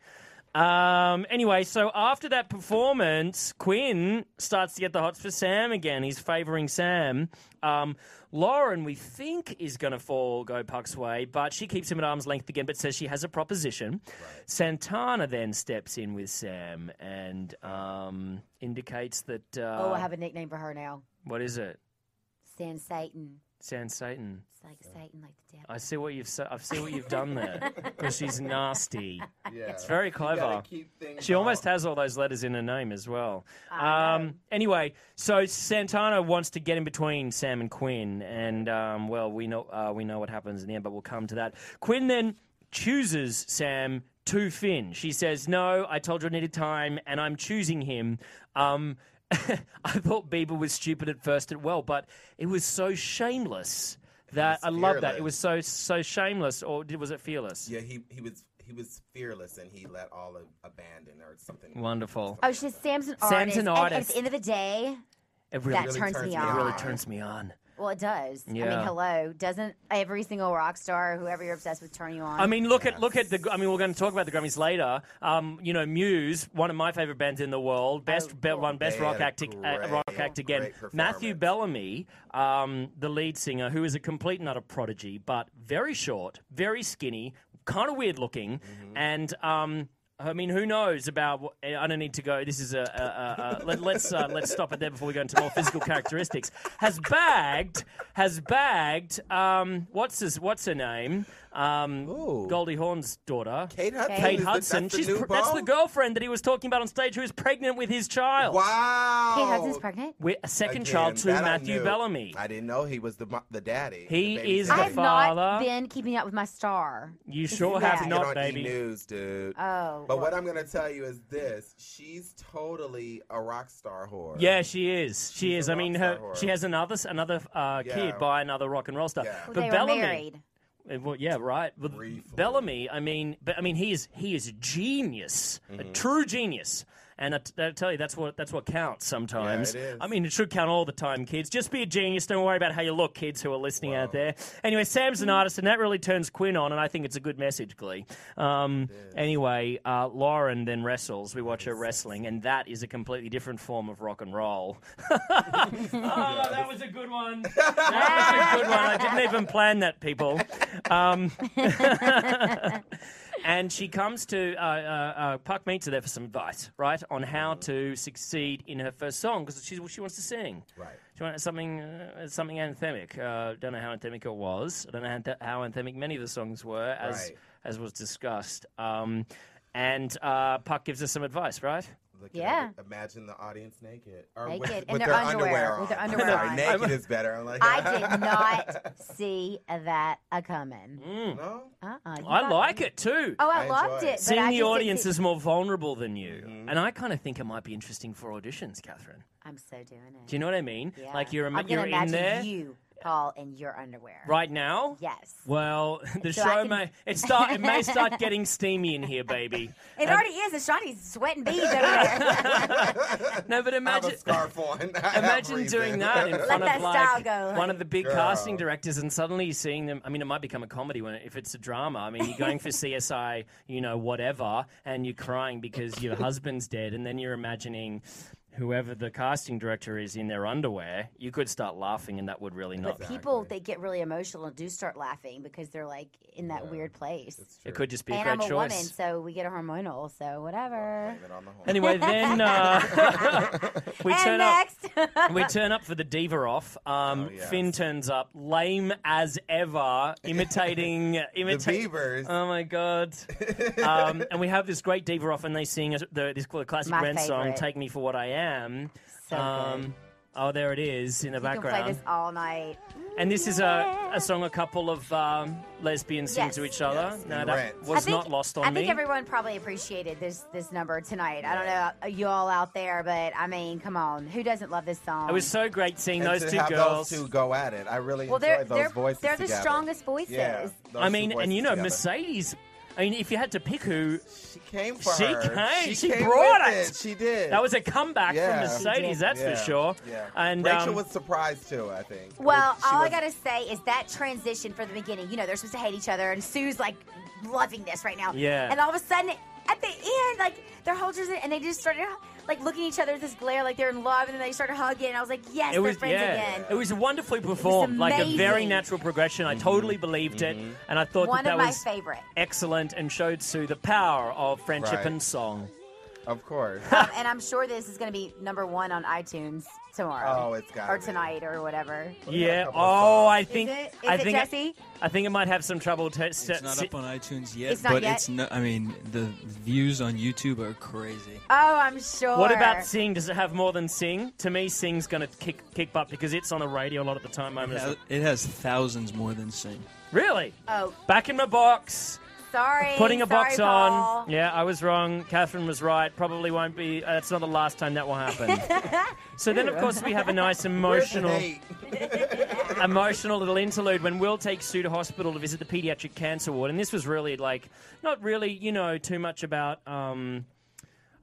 C: Um, anyway, so after that performance, Quinn starts to get the hots for Sam again. He's favouring Sam. Um, Lauren, we think, is going to fall go Puck's way, but she keeps him at arm's length again, but says she has a proposition. Santana then steps in with Sam and um, indicates that. Uh,
D: Oh, I have a nickname for her now.
C: What is it?
D: San Satan.
C: Sans Satan.
D: It's like Satan, like the devil.
C: I see what you've I see what you've done there because she's nasty.
E: Yeah.
C: It's very clever. She almost has all those letters in her name as well. Um, anyway, so Santana wants to get in between Sam and Quinn, and um, well, we know uh, we know what happens in the end, but we'll come to that. Quinn then chooses Sam to Finn. She says, "No, I told you I needed time, and I'm choosing him." Um, I thought Bieber was stupid at first as well, but it was so shameless that I love that.
E: fearless.
C: It was so so shameless, or did- was it fearless?
E: Yeah, he he was he was fearless and he let all of abandon or something.
C: Wonderful.
D: Oh, she says Sam's an
C: Sam's
D: artist.
C: an
D: and- and
C: artist.
D: at the end of the day,
C: It really,
D: that
E: really
D: turns,
E: turns
D: me
E: me
D: on.
E: on.
C: really turns me on.
D: Well, it does. I
C: Yeah.
D: mean, hello. Doesn't every single rock star or whoever you're obsessed with turn you on?
C: I mean, look at look at the. I mean, we're going to talk about the Grammys later. Um, you know, Muse, one of my favorite bands in the world, best be-
D: cool.
C: one best
E: They
C: rock
E: had a
C: act, uh,
E: Oh, great,
C: rock act again.
E: great
C: Matthew
E: performance.
C: Bellamy, um, the lead singer, who is a complete and utter prodigy, but very short, very skinny, kind of weird looking,
E: Mm-hmm.
C: and. Um, I mean, who knows about? what- I don't need to go. This is a. a, a, a let, let's uh, let's stop it there before we go into more physical characteristics. Has bagged, has bagged. Um, what's his? What's her name? Um,
E: Ooh.
C: Goldie Hawn's daughter,
E: Kate Hudson.
C: Kate
E: is the-
C: Hudson.
E: that's the
C: She's
E: new
C: pr- that's
E: beau?
C: the girlfriend that he was talking about on stage, who is pregnant with his child.
E: Wow.
D: Kate Hudson's pregnant.
C: With a second
E: Again,
C: child to
E: that I
C: Matthew
E: knew.
C: Bellamy.
E: I didn't know he was the mo- the daddy.
C: He
E: the baby
C: is
D: I
E: daddy.
D: have
C: the
D: not
C: Oh. father.
D: been keeping up with my star.
C: You
D: This is
C: sure have
D: bad.
E: Get
C: not,
E: on
C: baby.
E: E-News, dude.
D: Oh,
E: But what
D: well.
E: I'm gonna tell you is this: she's totally a rock star whore.
C: Yeah, she is. She
E: She's
C: is.
E: a
C: I mean,
E: rock star
C: her.
E: whore.
C: She has another s- another uh,
E: Yeah.
C: kid by another rock and roll star.
E: Yeah.
D: Well,
E: Well,
D: they
C: But
D: were
C: Bellamy.
D: married.
C: Uh, Well, yeah, right. Well,
E: Briefly.
C: Bellamy. I mean, but I mean, he is he is a genius, a
E: Mm-hmm.
C: true genius. And I, t- I tell you, that's what that's what counts sometimes.
E: Yeah, it is.
C: I mean, it should count all the time, kids. Just be a genius. Don't worry about how you look, kids who are listening out there. Anyway, Sam's an artist, and that really turns Quinn on, and I think it's a good message, Glee. Um, anyway, uh, Lauren then wrestles. We watch her wrestling, and that is a completely different form of rock and roll. Oh, that was a good one. That was a good one. I didn't even plan that, people. Um, and she comes to uh, uh, uh, Puck meets her there for some advice, right, on how to succeed in her first song because she she wants to sing.
E: Right.
C: She wanted something uh, something anthemic. Uh, don't know how anthemic it was. I don't know anthe- how anthemic many of the songs were, as
E: Right.
C: as was discussed. Um, and uh, Puck gives us some advice, right?
E: Look
D: Yeah.
E: yeah. Imagine the audience naked. Or
D: Naked.
E: with,
D: In
E: with
D: their underwear,
E: on.
D: with their
E: I'm
D: underwear
E: sorry,
D: on.
E: naked is better. I'm like,
D: I did not see that a coming.
E: no.
D: Uh-uh, you
C: Mm. I
D: got-
C: like it too.
D: Oh, I,
E: I
D: loved
E: enjoy it.
D: it. but I
C: Seeing
D: just
C: the
D: didn't
C: audience
D: see-
C: is more vulnerable than you.
E: Mm-hmm.
C: And I kind of think it might be interesting for auditions, Catherine.
D: I'm so doing it.
C: Do you know what I mean?
D: Yeah.
C: Like you're,
D: I'm
C: ima-
D: gonna
C: you're in
D: imagine
C: there
D: You, Paul, in your underwear.
C: right now.
D: Yes.
C: Well, the
D: So I
C: show
D: can-
C: may it start. It may start getting steamy in here, baby.
D: It already is. Ashanti's sweating bees over there.
C: No, but
E: I have
C: imagine
E: a scarf on. I have
C: imagine
E: reason.
C: doing that in front
D: that
C: of like
D: style go,
C: one
D: like-
C: of the big
E: Girl.
C: casting directors, and suddenly you're seeing them. I mean, it might become a comedy when if it's a drama. I mean, you're going for CSI, you know, whatever, and you're crying because your husband's dead, and then you're imagining. Whoever the casting director is in their underwear, you could start laughing, and that would really not.
D: But people, they get really emotional and do start laughing because they're like in that weird place.
C: It could just be a
D: And
C: great
D: I'm a
C: choice.
D: woman, so we get a hormonal, so whatever.
E: Blame it on the home.
C: Anyway, then uh, we
D: and
C: turn up.
D: next,
C: We turn up for the diva off. Um,
E: Oh, yes.
C: Finn turns up, lame as ever, imitating
E: The
C: imitating.
E: beavers.
C: Oh my god! um, and we have this great diva off, and they sing us the, this classic
D: My
C: Brand song,
D: favourite.
C: "Take Me for What I Am."
D: So good.
C: oh, there it is in the
D: you can play
C: background.
D: this all night.
C: and this is a, a song a couple of um, lesbians sing
D: Yes.
C: to each other.
E: Yes,
C: No,
E: in
C: that
E: Rent.
C: was not lost on
D: I
C: me.
D: think everyone probably appreciated this this number tonight. I don't know uh, you all out there, but I mean, come on, who doesn't love this song?
C: it was so great seeing
E: And
C: those
E: to
C: two
E: have
C: girls.
E: those two go at it. I really
D: well, they're
E: enjoyed those
D: they're,
E: voices
D: they're the
E: together.
D: strongest voices.
E: Yeah, those
C: I
E: two
C: mean, and you
E: voices
C: know,
E: together.
C: Mercedes. I mean, if you had to pick who,
E: She came for
C: She
E: her.
C: came. She
E: came
C: brought
E: with
C: it.
E: it. She did.
C: that was a comeback
E: Yeah.
C: from Mercedes, that's
E: Yeah,
C: for sure.
E: Yeah.
C: And
E: Rachel
C: um,
E: was surprised too. I think.
D: Well,
E: She
D: all I
E: was-
D: gotta say is that transition from the beginning. You know, they're supposed to hate each other, and Sue's like loving this right now.
C: Yeah.
D: And all of a sudden, at the end, like their holders and they just started like looking at each other with this glare, like they're in love, and then they started hugging. And I was like, yes,
C: it
D: they're
C: was
D: friends
C: yeah,
D: again.
C: it was wonderfully performed, like a very
D: amazing.
C: natural progression.
F: Mm-hmm.
C: I totally believed it, and I thought
D: One
C: that,
D: of
C: that
D: my
C: was
D: favorite.
C: excellent and showed Sue the power of friendship
E: Right.
C: and song.
E: Of course.
D: Um, and I'm sure this is gonna be number one on iTunes tomorrow.
E: Oh, it's gotta
D: or
E: be.
D: tonight or whatever.
C: Yeah.
E: couple of
C: Oh,
E: songs.
C: I think.
D: is it? Is
C: I
D: it
C: think.
D: Jesse?
C: I think it might have some trouble. To,
F: It's not up on iTunes yet,
D: It's not
F: but
D: yet?
F: it's no, I mean, the views on YouTube are crazy.
D: Oh, I'm sure.
C: What about Sing? Does it have more than Sing? To me, Sing's going to kick kick butt because it's on the radio a lot at the time. I'm
F: It has,
C: just-
F: it has thousands more than Sing.
C: Really?
D: Oh,
C: Back in my box.
D: sorry.
C: Putting a
D: sorry,
C: box
D: Paul.
C: on. Yeah, I was wrong. Catherine was right. Probably won't be. uh, That's not the last time that will happen. so then, of course, we have a nice emotional,
E: Nate.
C: emotional little interlude when Will takes Sue to hospital to visit the pediatric cancer ward, and this was really like not really, you know, too much about. Um,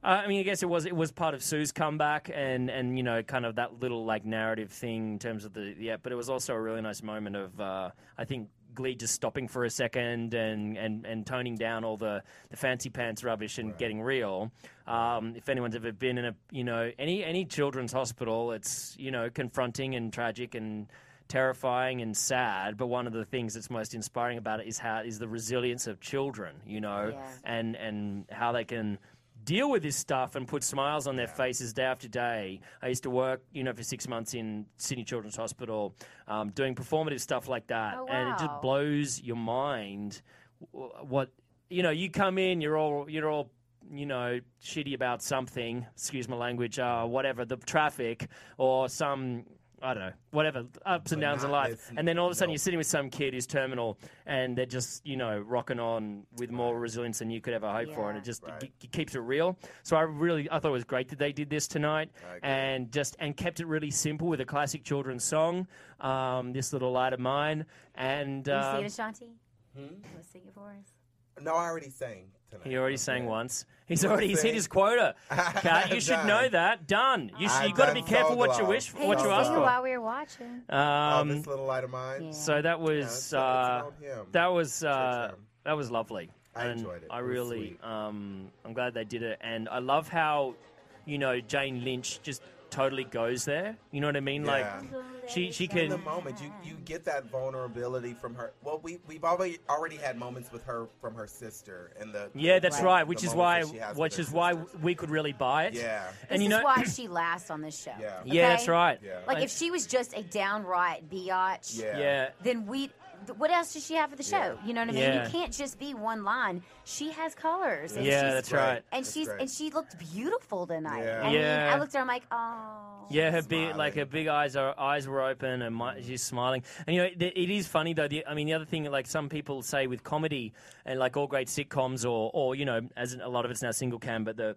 C: uh, I mean, I guess it was it was part of Sue's comeback and and you know kind of that little like narrative thing in terms of the yeah, but it was also a really nice moment of uh, I think Glee just stopping for a second and and and toning down all the the fancy pants rubbish and getting real. Um, if anyone's ever been in a you know any any children's hospital, it's you know confronting and tragic and terrifying and sad but one of the things that's most inspiring about it is how is the resilience of children you know
D: Yeah.
C: and and how they can deal with this stuff and put smiles on their faces day after day. I used to work, you know, for six months in Sydney Children's Hospital, um, doing performative stuff like that,
D: Oh,
C: and it
D: wow.
C: just blows your mind. w- What you know, you come in, you're all you're all you know shitty about something. Excuse my language. Uh, whatever the traffic or some. I don't know, whatever, ups and downs in life.
E: Monotonous-
C: And then all of a sudden
E: no.
C: you're sitting with some kid who's terminal and they're just, you know, rocking on with more resilience than you could ever hope for. And
D: Yeah.
C: it just it
E: Right.
C: g- it keeps it real. So I really I thought it was great that they did this tonight
E: agree.
C: and just and kept it really simple with a classic children's song, um, this little light of mine, and
D: Can
C: uh, Hmm?
D: you see it, Ashanti? Wanna sing it for us?
E: No, I already sang tonight.
C: he already
E: Okay.
C: sang once. He's already he's hit
E: sing.
C: his quota. Kat, you should
E: Done.
C: know that. Done. You
E: I
C: sh- you got to be
E: done
C: careful
E: so
C: what you
E: well.
C: wish
D: Hey,
C: what you
E: so
C: ask
D: see
E: well.
C: for.
D: while we were watching.
E: Oh,
C: Um,
E: this little light of mine.
D: Yeah.
C: so that was
E: it's about-
C: uh,
E: it's about him.
C: that was uh,
E: him.
C: that was lovely.
E: I
C: And
E: enjoyed it.
C: I
E: It was
C: really
E: sweet.
C: um, I'm glad they did it, and I love how you know Jane Lynch just totally goes there. You know what I mean? Like
E: Yeah.
C: she she
E: in the
C: can.
E: moment you you get that vulnerability from her well we we've already already had moments with her from her sister and the
C: Yeah, that's
D: Right.
C: right.
E: the
C: Which is why,
E: moments that she has with
C: which
E: her
C: is why
E: sisters.
C: we could really buy it.
E: Yeah.
C: and
D: this
C: you know,
D: is why she lasts on this show.
E: Yeah.
C: yeah,
D: okay?
C: that's right.
E: Yeah.
D: Like
C: I-
D: if she was just a downright biatch,
E: Yeah.
C: yeah,
D: then we th- what else does she have for the show? You know what I mean?
C: Yeah.
D: You can't just be one line. She has colors. And
C: Yeah,
D: she's,
C: that's right.
D: And
E: That's
D: she's
E: right.
D: and she looked beautiful tonight.
E: Yeah.
D: I
C: Yeah.
D: mean, I looked at her. I'm like, oh.
C: Yeah, her big
E: Smiling.
C: like her big eyes are eyes were open and my, she's smiling. And you know th- it is funny though. The, I mean, the other thing like some people say with comedy and like all great sitcoms or or you know as a lot of it's now single cam, but the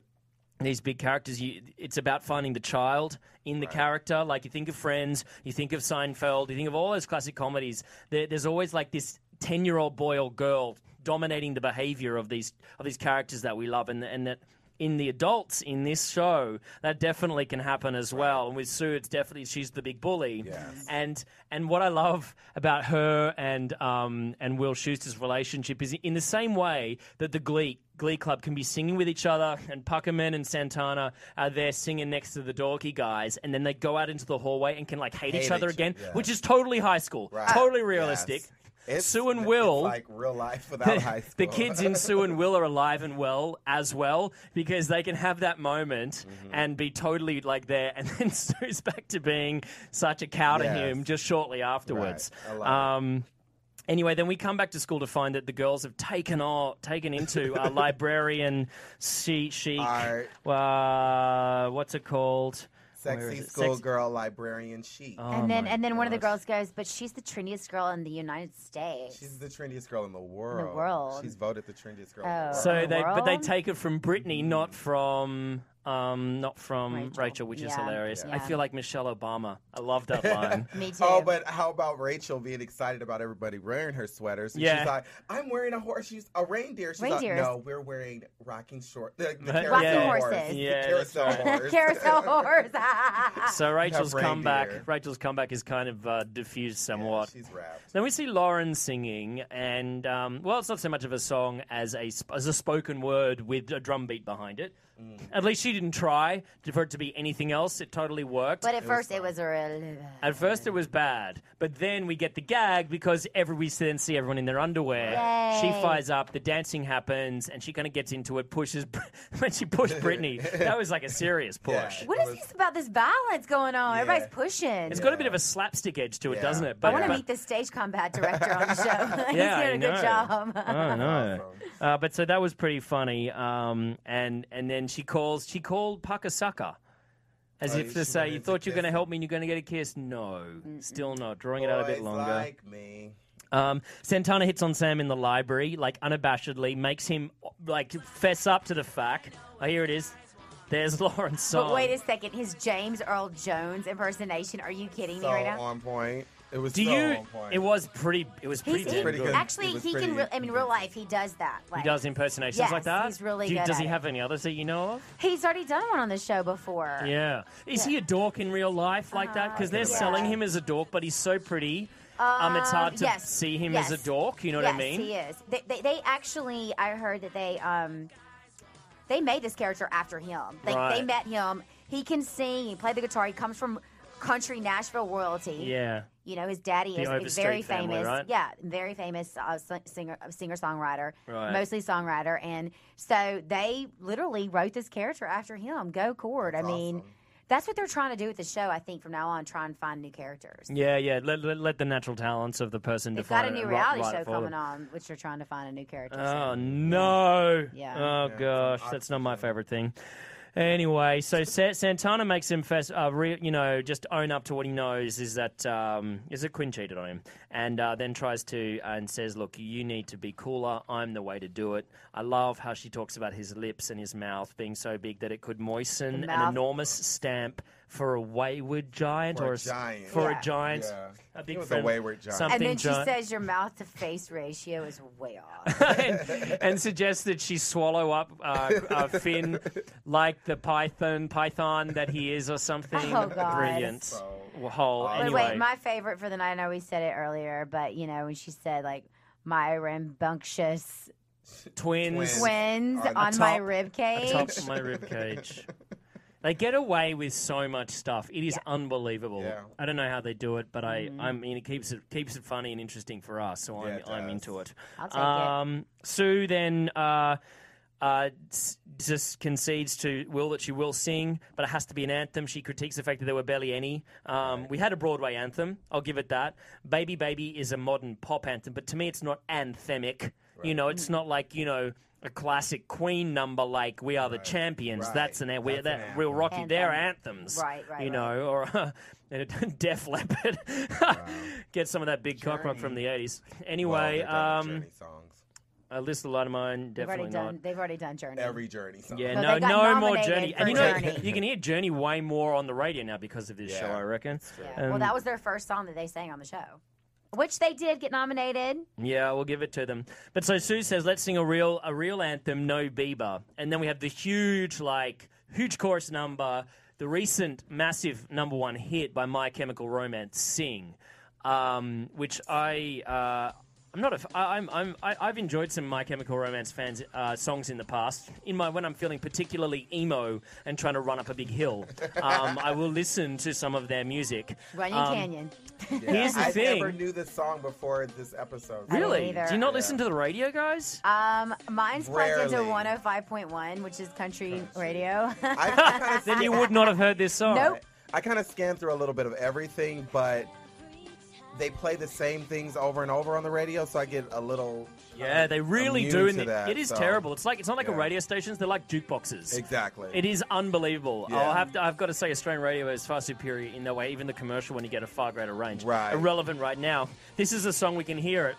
C: these big characters, you, it's about finding the child in the character. Like you think of Friends, you think of Seinfeld, you think of all those classic comedies. There, there's always like this ten-year-old boy or girl dominating the behavior of these of these characters that we love, and and that in the adults in this show that definitely can happen as well. And with Sue, it's definitely she's the big bully.
E: Yes.
C: And and what I love about her and um, and Will Schuster's relationship is in the same way that the Glee Glee Club can be singing with each other, and Puckerman and Santana are there singing next to the dorky guys, and then they go out into the hallway and can like hate, each
E: Hate
C: other
E: each-
C: again,
E: yeah.
C: which is totally high school,
E: Right.
C: totally
E: Yes.
C: realistic.
E: It's-
C: Sue and
E: it's
C: Will-
E: like real life without high school.
C: The kids in Sue and Will are alive and well as well because they can have that moment
E: Mm-hmm.
C: and be totally like there, and then Sue's back to being such a cow to
E: Yes.
C: him just shortly afterwards.
E: I love
C: um, Anyway, then we come back to school to find that the girls have taken all, taken into a librarian she chic.
E: Art.
C: Uh, what's it called? Where
E: sexy
C: is it?
E: schoolgirl librarian chic.
D: And
C: Oh
D: then and then one of the girls goes, but she's the trendiest girl in the United States.
E: She's the trendiest girl in the world.
D: world.
E: She's voted the trendiest girl.
D: Oh.
E: In the world.
C: So
D: the
C: they, but they
D: world?
C: take it from Britney, not from, um, not from Rachel,
D: Mm-hmm. Rachel.
C: which is
D: Yeah,
C: hilarious. I
D: yeah. Ah.
C: feel like Michelle Obama. I love that line.
D: Me too.
E: Oh, but how about Rachel being excited about everybody wearing her sweaters? And
C: Yeah.
E: She's like, I'm wearing a horse. She's a reindeer. She's like,
D: Reindeers.
E: no, we're wearing rocking short. The, the
C: Right.
E: carousel
C: Rocking
E: horse.
D: horses.
E: The
C: Yeah, that's
E: carousel horse.
D: Carousel horse.
C: so Rachel's
E: reindeer.
C: comeback, Rachel's comeback is kind of uh, diffused
E: Yeah,
C: somewhat.
E: she's wrapped.
C: Then we see Lauren singing, and um, well, it's not so much of a song as a sp- as a spoken word with a drum beat behind it.
E: Mm.
C: At least she didn't try for it to be anything else. It totally worked.
D: but at first it was a real.
C: At first it was bad, but then we get the gag because every we then see everyone in their underwear.
D: Yay.
C: She fires up, the dancing happens, and she kind of gets into it. Pushes when she pushed Britney, that was like a serious push.
E: Yeah.
D: What is this about this violence going on?
E: Yeah.
D: Everybody's pushing.
C: It's got a bit of a slapstick edge to it,
E: Yeah.
C: doesn't it?
D: I want to
E: Yeah.
D: meet the stage combat director on the show. He's
C: Yeah, I
D: doing a
C: know. Uh-huh.
D: good job.
C: I know.
E: Awesome.
C: Uh, but so that was pretty funny. Um, and and then she calls. She called Pucker Sucker. As
E: Oh,
C: if
E: she
C: to say,
E: wanted
C: you
E: to
C: thought you were going to
E: kiss
C: help
E: him. Oh,
C: me and you're going to get a kiss. No, still not. Drawing it out a bit
E: Boys
C: longer.
E: like me.
C: Um, Santana hits on Sam in the library, like unabashedly, makes him like fess up to the fact. Oh, here it is. There's Lauren's song.
D: But wait a second, his James Earl Jones impersonation. Are you kidding
E: So
D: me right now?
E: on point. It was
C: Do
E: so
C: you?
E: on point.
C: It was pretty. It was pretty
D: He's,
C: damn
D: he,
E: Pretty
C: good.
E: good.
D: Actually,
E: It was
D: he can. Re-
E: pretty
D: I mean, real life, he does that. Like,
C: He does impersonations
D: Yes,
C: like that.
D: he's really
C: Do you-
D: good
C: Does
D: at
C: he
D: it. Uh-huh.
C: have any others that you know of?
D: He's already done one on the show before.
C: Yeah. Is he a dork in real life like that? Because they're
D: Uh, yeah. Uh,
C: selling him as a dork, but he's so pretty. um, it's hard to
D: yes,
C: see him as
D: yes.
C: a dork. You know
D: yes,
C: what I mean?
D: he is. They, they, they actually, I heard that they um, they made this character after him. They, they
C: Right.
D: met him. He can sing. He played the guitar. He comes from country Nashville royalty.
C: Yeah.
D: You know, his daddy
C: The
D: is a
C: Overstreet
D: very
C: family,
D: famous.
C: right?
D: Yeah, very famous uh, sing- singer, singer songwriter,
C: Right.
D: mostly songwriter, and so they literally wrote this character after him. Go Cord. I mean,
E: awesome.
D: that's what they're trying to do with the show. I think from now on, try and find new characters.
C: Yeah, yeah. Let, let, let the natural talents of the person
D: They've
C: define
D: got a
C: it
D: new
C: and
D: reality
C: write- write
D: show
C: it for
D: coming
C: them.
D: on, which they're trying to find a new character.
C: Oh
D: soon.
C: no!
D: Yeah.
C: Oh gosh, that's not my favorite thing. Anyway, so Sa- Santana makes him, fess uh, re- you know, just own up to what he knows is that um, is that Quinn cheated on him, and uh, then tries to and says, "Look, you need to be cooler. I'm the way to do it." I love how she talks about his lips and his mouth being so big that it could moisten
D: The
C: an
D: mouth.
C: enormous stamp for a wayward giant
E: For a
C: or s-
E: giant.
C: for
D: Yeah.
C: a giant,
E: Yeah.
C: a
E: He
C: big
E: was a
C: friend-
E: wayward giant.
D: And
C: something
D: then she
C: giant.
D: says your mouth to face ratio is way off.
C: and, and suggests that she swallow up uh, uh, Finn like the python python that he is or something.
D: Oh, God.
C: Brilliant.
E: So-
C: Whole
E: But
D: But
C: anyway.
D: wait, my favorite for the night. I know we said it earlier, but you know when she said like my rambunctious
C: twins
E: Twins.
D: twins
E: On
D: on
C: top-
D: my rib cage.
C: atop my rib cage. They get away with so much stuff. It is unbelievable.
E: Yeah.
C: I don't know how they do it, but I,
D: Mm-hmm.
C: I mean, it keeps it keeps it funny and interesting for us. So I'm,
E: it
C: I'm
E: does.
C: into it.
D: I'll take it.
C: um, Sue then Um, uh, uh, s- just concedes to Will that she will sing, but it has to be an anthem. She critiques the fact that there were barely any. Um, We had a Broadway anthem, I'll give it that. Baby Baby is a modern pop anthem, but to me, it's not anthemic. You know, it's not like, you know, a classic Queen number like "We Are the Champions."
E: Right.
C: That's an, we
E: That's
C: that
E: an anthem.
C: real rocky. They're
D: Anthem.
C: anthems,
D: Right, right,
C: You
D: right.
C: know, or uh, Def Leppard. Get some of that big cock rock
E: Journey.
C: from the '80s.
E: Well,
C: Anyway,
E: they've done
C: um,
E: Journey songs.
C: a list of a lot of mine
D: They've already
C: definitely not.
D: done. They've already done Journey.
E: Every Journey song.
C: Yeah,
D: No,
C: no,
D: they got
C: no, more
D: nominated
C: Journey.
D: for
C: And you know,
D: Journey.
C: you can hear Journey way more on the radio now because of this
E: Yeah.
C: show, I reckon.
D: Yeah. well, that was their first song that they sang on the show, which they did get nominated.
C: Yeah, we'll give it to them. But so Sue says, "Let's sing a real, a real anthem, no Bieber." And then we have the huge, like, huge chorus number, the recent massive number one hit by My Chemical Romance, "Sing," um, which I. Uh, I'm not a. f- I, I'm. I'm. I, I've enjoyed some My Chemical Romance fans uh, songs in the past. In my when I'm feeling particularly emo and trying to run up a big hill, um, I will listen to some of their music.
D: Running
C: Um,
D: Canyon.
E: Yeah.
C: Here's the
E: I never
C: thing.
E: knew this song before this episode.
D: didn't
C: Really?
D: either.
C: Do you not listen to the radio, guys?
D: Um, mine's plugged into
E: Rarely.
D: 105.1, which is country radio.
E: I, I kinda
C: then you would not have heard this song.
D: Nope.
E: I kind of scanned through a little bit of everything, but they play the same things over and over on the radio, so I get a little.
C: Yeah, they really
E: immune
C: do. And
E: to
C: it-
E: that,
C: it is
E: so-
C: terrible. It's like it's not like a
E: Yeah.
C: radio stations. They're like jukeboxes.
E: Exactly.
C: It is unbelievable.
E: Yeah.
C: I'll have to, I've got to say, Australian radio is far superior in that way. Even the commercial, when you get a far greater range,
E: Right.
C: Irrelevant right now. This is a song we can hear it.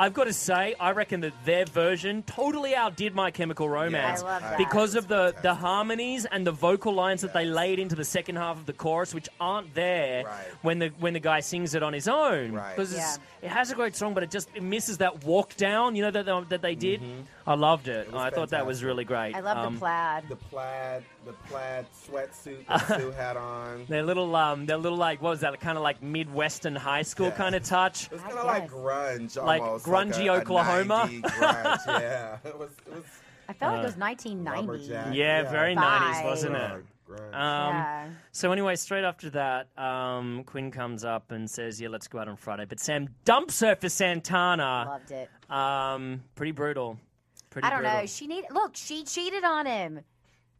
C: I've got to say, I reckon that their version totally outdid My Chemical Romance
D: I love that.
C: because of the, the harmonies and the vocal lines that they laid into the second half of the chorus, which aren't there
E: Right.
C: when the when the guy sings it on his own.
E: Right.
C: Because it's it has a great song, but it just it misses that walk down. You know that that, that they did. I loved it. I
E: Mm-hmm. was
C: thought that was
E: fantastic.
C: really great.
D: I love
C: Um,
D: the plaid.
E: The plaid, the plaid sweatsuit that Sue had on.
C: Their little, um, their little, like, what was that? Kind of like Midwestern high school
E: Yeah.
C: kind of touch.
E: It was
D: I
E: kind of like
D: guess.
E: grunge,
C: Like
E: almost,
C: grungy
E: a- a
C: Oklahoma?
E: 90 grunge, yeah, it was. It was
D: I felt
C: uh,
D: like it was
E: lumberjack.
D: 1990.
C: Yeah, very
D: Bye.
C: 90s, wasn't it? Um,
E: grunge, grunge.
D: Yeah.
C: So anyway, straight after that, um, Quinn comes up and says, "Yeah, let's go out on Friday." But Sam dumps her for Santana.
D: Loved it.
C: Um, pretty brutal. Pretty
D: I don't
C: brutal.
D: know. She need look. She cheated on him.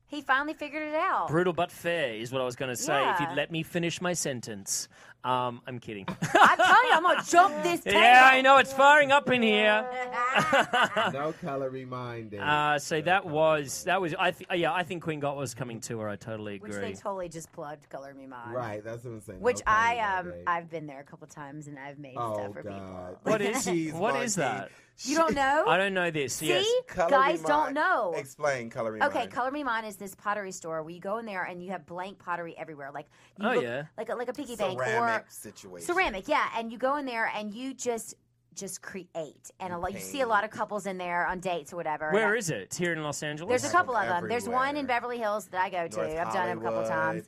D: He finally figured it out.
C: Brutal but fair is what I was going to say. If
D: Yeah.
C: you'd let me finish my sentence, um, I'm kidding.
D: I tell you, I'm gonna jump this table.
C: yeah, I know it's firing up in here.
E: no calorie minded.
C: Uh, so that was that was I th- yeah I think Queen got what was coming to her. I totally agree.
D: Which they totally just plugged "Color Me Mine,"
E: right, that's what I'm saying.
D: Which
E: no
D: I
E: calorie
D: um
E: minded.
D: I've been there a couple times and I've made
E: oh
D: stuff for
E: god,
D: people.
C: What is-
E: Jeez,
C: what is
E: Monty.
C: that?
D: You don't know?
C: I don't know this.
D: See,
C: Yes.
E: Color
D: guys
E: Me
D: don't
E: Mine.
D: know.
E: Explain color me
D: Okay,
E: mine.
D: Color Me Mine is this pottery store where you go in there and you have blank pottery everywhere, like you
C: Oh,
D: look-
C: yeah.
D: like a, like a piggy bank or
E: ceramic situation.
D: ceramic yeah and you go in there and you just just create and a lot you see a lot of couples in there on dates or whatever
C: Where is it? It's here in Los Angeles.
D: there's a couple of them there's
E: everywhere.
D: one in beverly hills that i go to
E: North
D: i've done them a couple
E: Hollywood.
D: times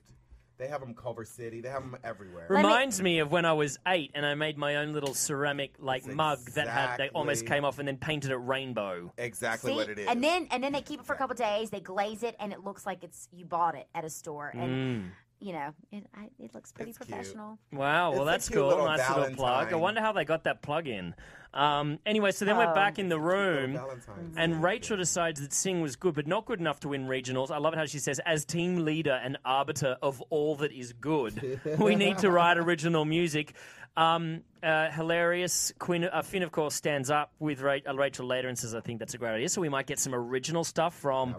E: They have them Culver City. They have them everywhere.
D: me-
C: Reminds me of when I was eight and I made my own little ceramic like
E: That's
C: mug that had they almost
E: exactly-
C: came off and then painted it rainbow.
E: exactly
D: See?
E: what it is.
D: and then and then they keep it for a couple days they glaze it and it looks like it's you bought it at a store and
C: Mm.
D: you know it, I, it looks pretty
E: It's cute.
D: professional
C: Wow, well
E: It's a
C: that's
E: cute
C: cool.
E: little
C: nice little plug. I
E: Valentine.
C: wonder how they got that plug in. Um, anyway, so then we're
D: Oh.
C: back in the room.
E: Valentine's
C: And Rachel decides that Singh was good, but not good enough to win regionals. I love it how she says, as team leader and arbiter of all that is good, we need to write original music. Um, uh, hilarious. Quinn, uh, Finn, of course, stands up with Ra- uh, Rachel later and says, I think that's a great idea. So we might get some original stuff from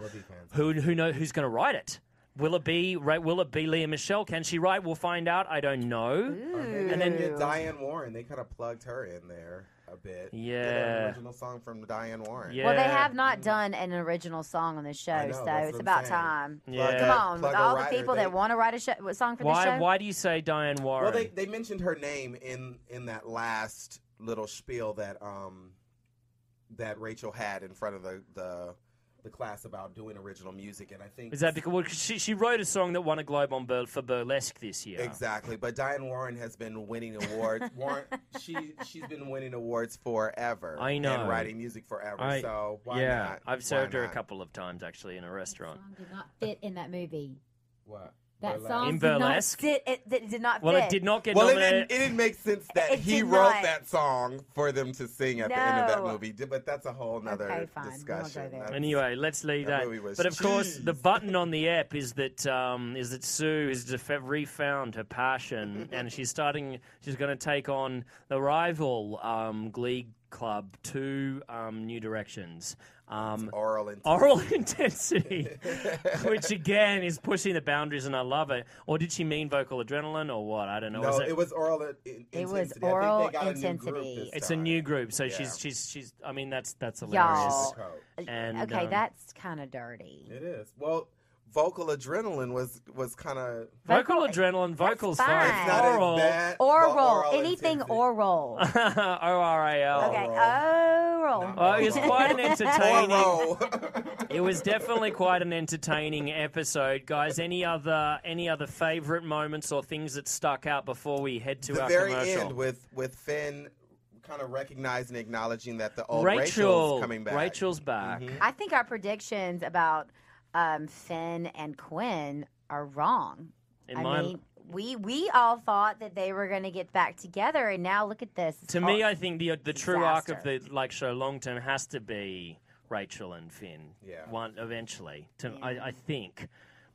C: who, who know who's going to write it. Will it be Ra- Will it be Leah Michelle? Can she write? We'll find out. I don't know.
E: and
C: then-
E: then get Diane Warren. They kind of plugged her in there a bit. Get
C: Yeah.
E: an original song from Diane Warren.
C: Yeah.
D: well they have not done an original song on this show
E: I know,
D: so
E: that's
D: it's
E: what I'm
D: about
E: saying.
D: time
C: Yeah.
D: come on
E: Plug
D: with
E: a
D: all the
E: writer,
D: people
E: they-
D: that want to write a show, a song for the
C: Why?
D: show
C: Why do you say Diane Warren?
E: Well, they, they mentioned her name in in that last little spiel that um that Rachel had in front of the the, the class about doing original music, and I think
C: Is that because well, 'cause she, she wrote a song that won a Globe on Bur- for Burlesque this year?
E: Exactly, but Diane Warren has been winning awards. Warren, she she's been winning awards forever.
C: I know.
E: and writing music forever.
C: I-
E: so why
C: yeah,
E: not?
C: I've
E: Why
C: served her a
E: not?
C: couple of times actually in a restaurant.
D: did not fit in that movie.
E: What?
G: That
E: Burlesque.
G: song
C: In
G: did not
C: burlesque.
D: Did, it, it did not
C: Well,
D: fit.
C: it did not get
E: Well, it
C: nominated.
E: didn't, it didn't make sense that
D: It
E: he
D: did
E: wrote
D: not.
E: that song for them to sing at the end of that
D: No.
E: movie, D- but that's a whole nother
D: Okay, fine. We won't go
E: discussion.
D: there.
E: That's-
C: Anyway, let's leave
E: That
C: that.
E: movie was
C: But of course,
E: cheese.
C: the button on the app is that um, is that Sue has def- refound her passion, and she's starting. She's going to take on the rival um, Glee Club, two um, New Directions. Um,
E: oral and
C: Oral intensity, which again is pushing the boundaries, and I love it. Or did she mean vocal adrenaline, or what? I don't know.
E: No,
C: Is
E: it, was oral. in- in-
D: It was
E: intensity.
D: oral
E: I think they got A new
D: intensity.
E: group this
C: It's a
E: time.
C: new group, so
E: Yeah.
C: she's she's she's. I mean, that's that's hilarious.
D: Y'all.
E: Coke.
C: And,
D: Uh, okay,
C: um,
D: that's kind of dirty.
E: It is. Well, vocal adrenaline was was kind of
C: Vocal,
D: Vocal-
C: adrenaline, vocals
D: fine.
C: fine.
D: It's
E: not as
C: Oral.
E: bad, but
D: Oral, anything
E: intensity.
D: oral. okay,
C: O-R-A-L.
E: Okay.
D: oral.
E: No.
C: Well, Oh, it was quite an entertaining.
E: Oral.
C: It was definitely quite an entertaining episode, guys. Any other any other favourite moments or things that stuck out before we head to
E: the
C: our
E: very
C: commercial?
E: end with with Finn kind of recognizing, acknowledging that the old
C: Rachel,
E: Rachel's coming back. Mm-hmm.
C: Rachel's back.
D: I think our predictions about um, Finn and Quinn are wrong.
C: In
D: I
C: my-
D: mean, we we all thought that they were going to get back together, and now look at this.
C: to me, I think the the true arc of the
D: Oh, disaster.
C: like show long term has to be Rachel and Finn.
E: Yeah.
C: one eventually. To, I, I think.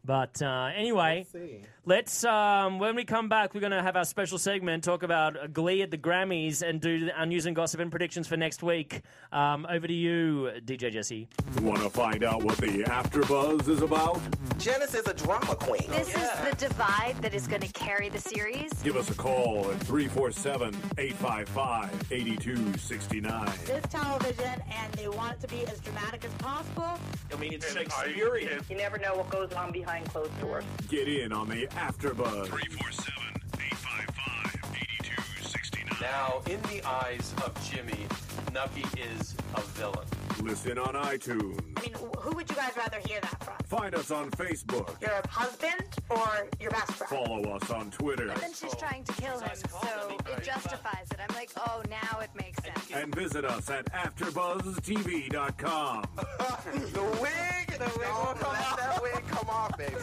C: But uh, anyway,
E: Let's see.
C: Let's um, when we come back, we're going to have our special segment talk about uh, Glee at the Grammys and do our news and gossip and predictions for next week. Um, over to you, DJ Jesse.
A: Want to find out what the AfterBuzz is about?
E: Janice is a drama queen.
H: This is the divide that is going to carry the series.
A: Give us a call at 347-855-8269.
I: This television, and they want it to be as dramatic as possible.
C: I mean, it's Shakespearean.
J: You never know what goes on behind closed doors.
A: Get in on the AfterBuzz. 347-855-8269.
K: Now, in the eyes of Jimmy, Nucky is a villain.
A: Listen on iTunes.
I: I mean, wh- who would you guys rather hear that from?
A: Find us on Facebook.
I: Your husband or your best friend?
A: Follow us on Twitter.
H: But then she's trying to kill him, so it justifies it. I'm like, oh, now it makes sense.
A: And visit us at AfterBuzzTV.com.
E: The wig. The wig will come off. That wig come off, baby.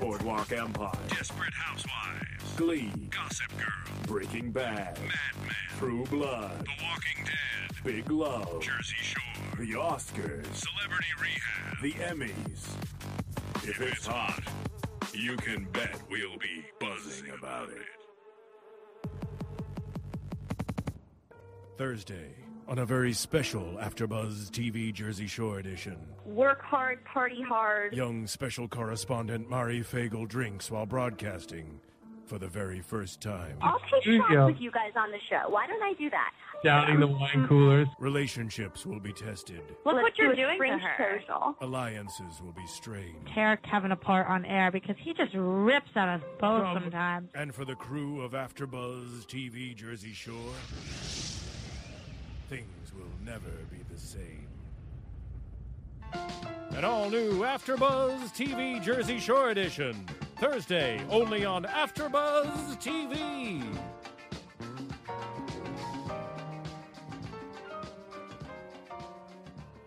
A: Boardwalk Empire. Desperate Housewives. Glee. Gossip Girl. Breaking Bad. Mad Men. True Blood. The Walking Dead. Big Love. Jersey Shore. The Oscars. Celebrity Rehab. The Emmys. If, it's, hot, you can bet we'll be buzzing about it. Thursday. On a very special AfterBuzz TV Jersey Shore edition,
J: Work hard, party hard.
A: Young special correspondent Mari Fagel drinks while broadcasting for the very first time.
J: I'll take shots with you guys on the show. Why don't I do that?
K: Downing the wine coolers.
A: Relationships will be tested,
J: Look
H: what you're doing to
J: French
H: her.
J: Social.
A: alliances will be strained.
G: Tear Kevin apart on air because he just rips at us
D: Oh,
G: both
F: Oh,
G: sometimes.
A: And for the crew of AfterBuzz TV Jersey Shore, things will never be the same. An all-new AfterBuzz TV Jersey Shore edition, Thursday, only on AfterBuzz TV.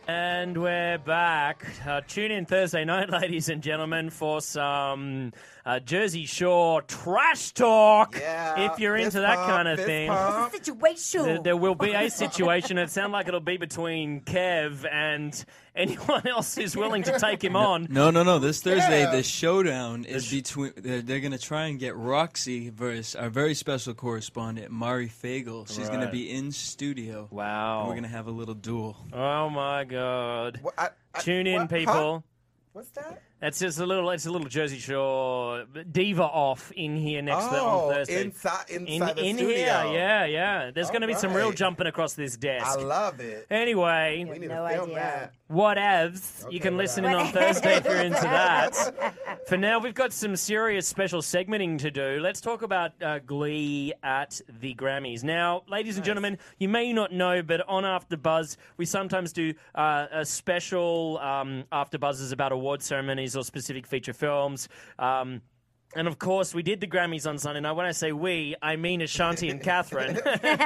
C: And we're back. Uh, tune in Thursday night, ladies and gentlemen, for some uh, Jersey Shore trash talk.
E: Yeah.
C: if you're
E: Fist
C: into that
E: pump,
C: kind of
E: fist
C: thing.
E: pump.
D: Situational.
C: There, there will be a situation. It sounds like it'll be between Kev and anyone else who's willing to take him on.
F: No, no, no. This Thursday,
E: Yeah.
F: the showdown is between. They're, they're going to try and get Roxy versus our very special correspondent, Mari Fagel. She's going
C: Right.
F: to be in studio.
C: Wow.
F: And we're going to have a little duel.
C: Oh my god.
E: What- I- I-
C: Tune in,
E: what? Huh?
C: people.
E: What's that?
C: That's just a little. It's a little Jersey Shore diva off in here next to- on Thursday.
E: Oh, inside
C: in
E: inside the
C: in
E: studio.
C: here, yeah, yeah. There's going to be some real
E: Alright.
C: jumping across this desk.
E: I love it.
C: anyway,
E: We need
D: No
E: to film
D: idea.
E: that.
C: What evs? you can
E: what
C: listen
E: evs?
C: in on Thursday if you're into that. For now, we've got some serious special segmenting to do. Let's talk about uh, Glee at the Grammys. Now, ladies and gentlemen, you may not know, but on After Buzz, we sometimes do uh, a special um, After Buzzes about award ceremonies or specific feature films. Um, And of course, we did the Grammys on Sunday night. When I say we, I mean Ashanti and Catherine.
D: and the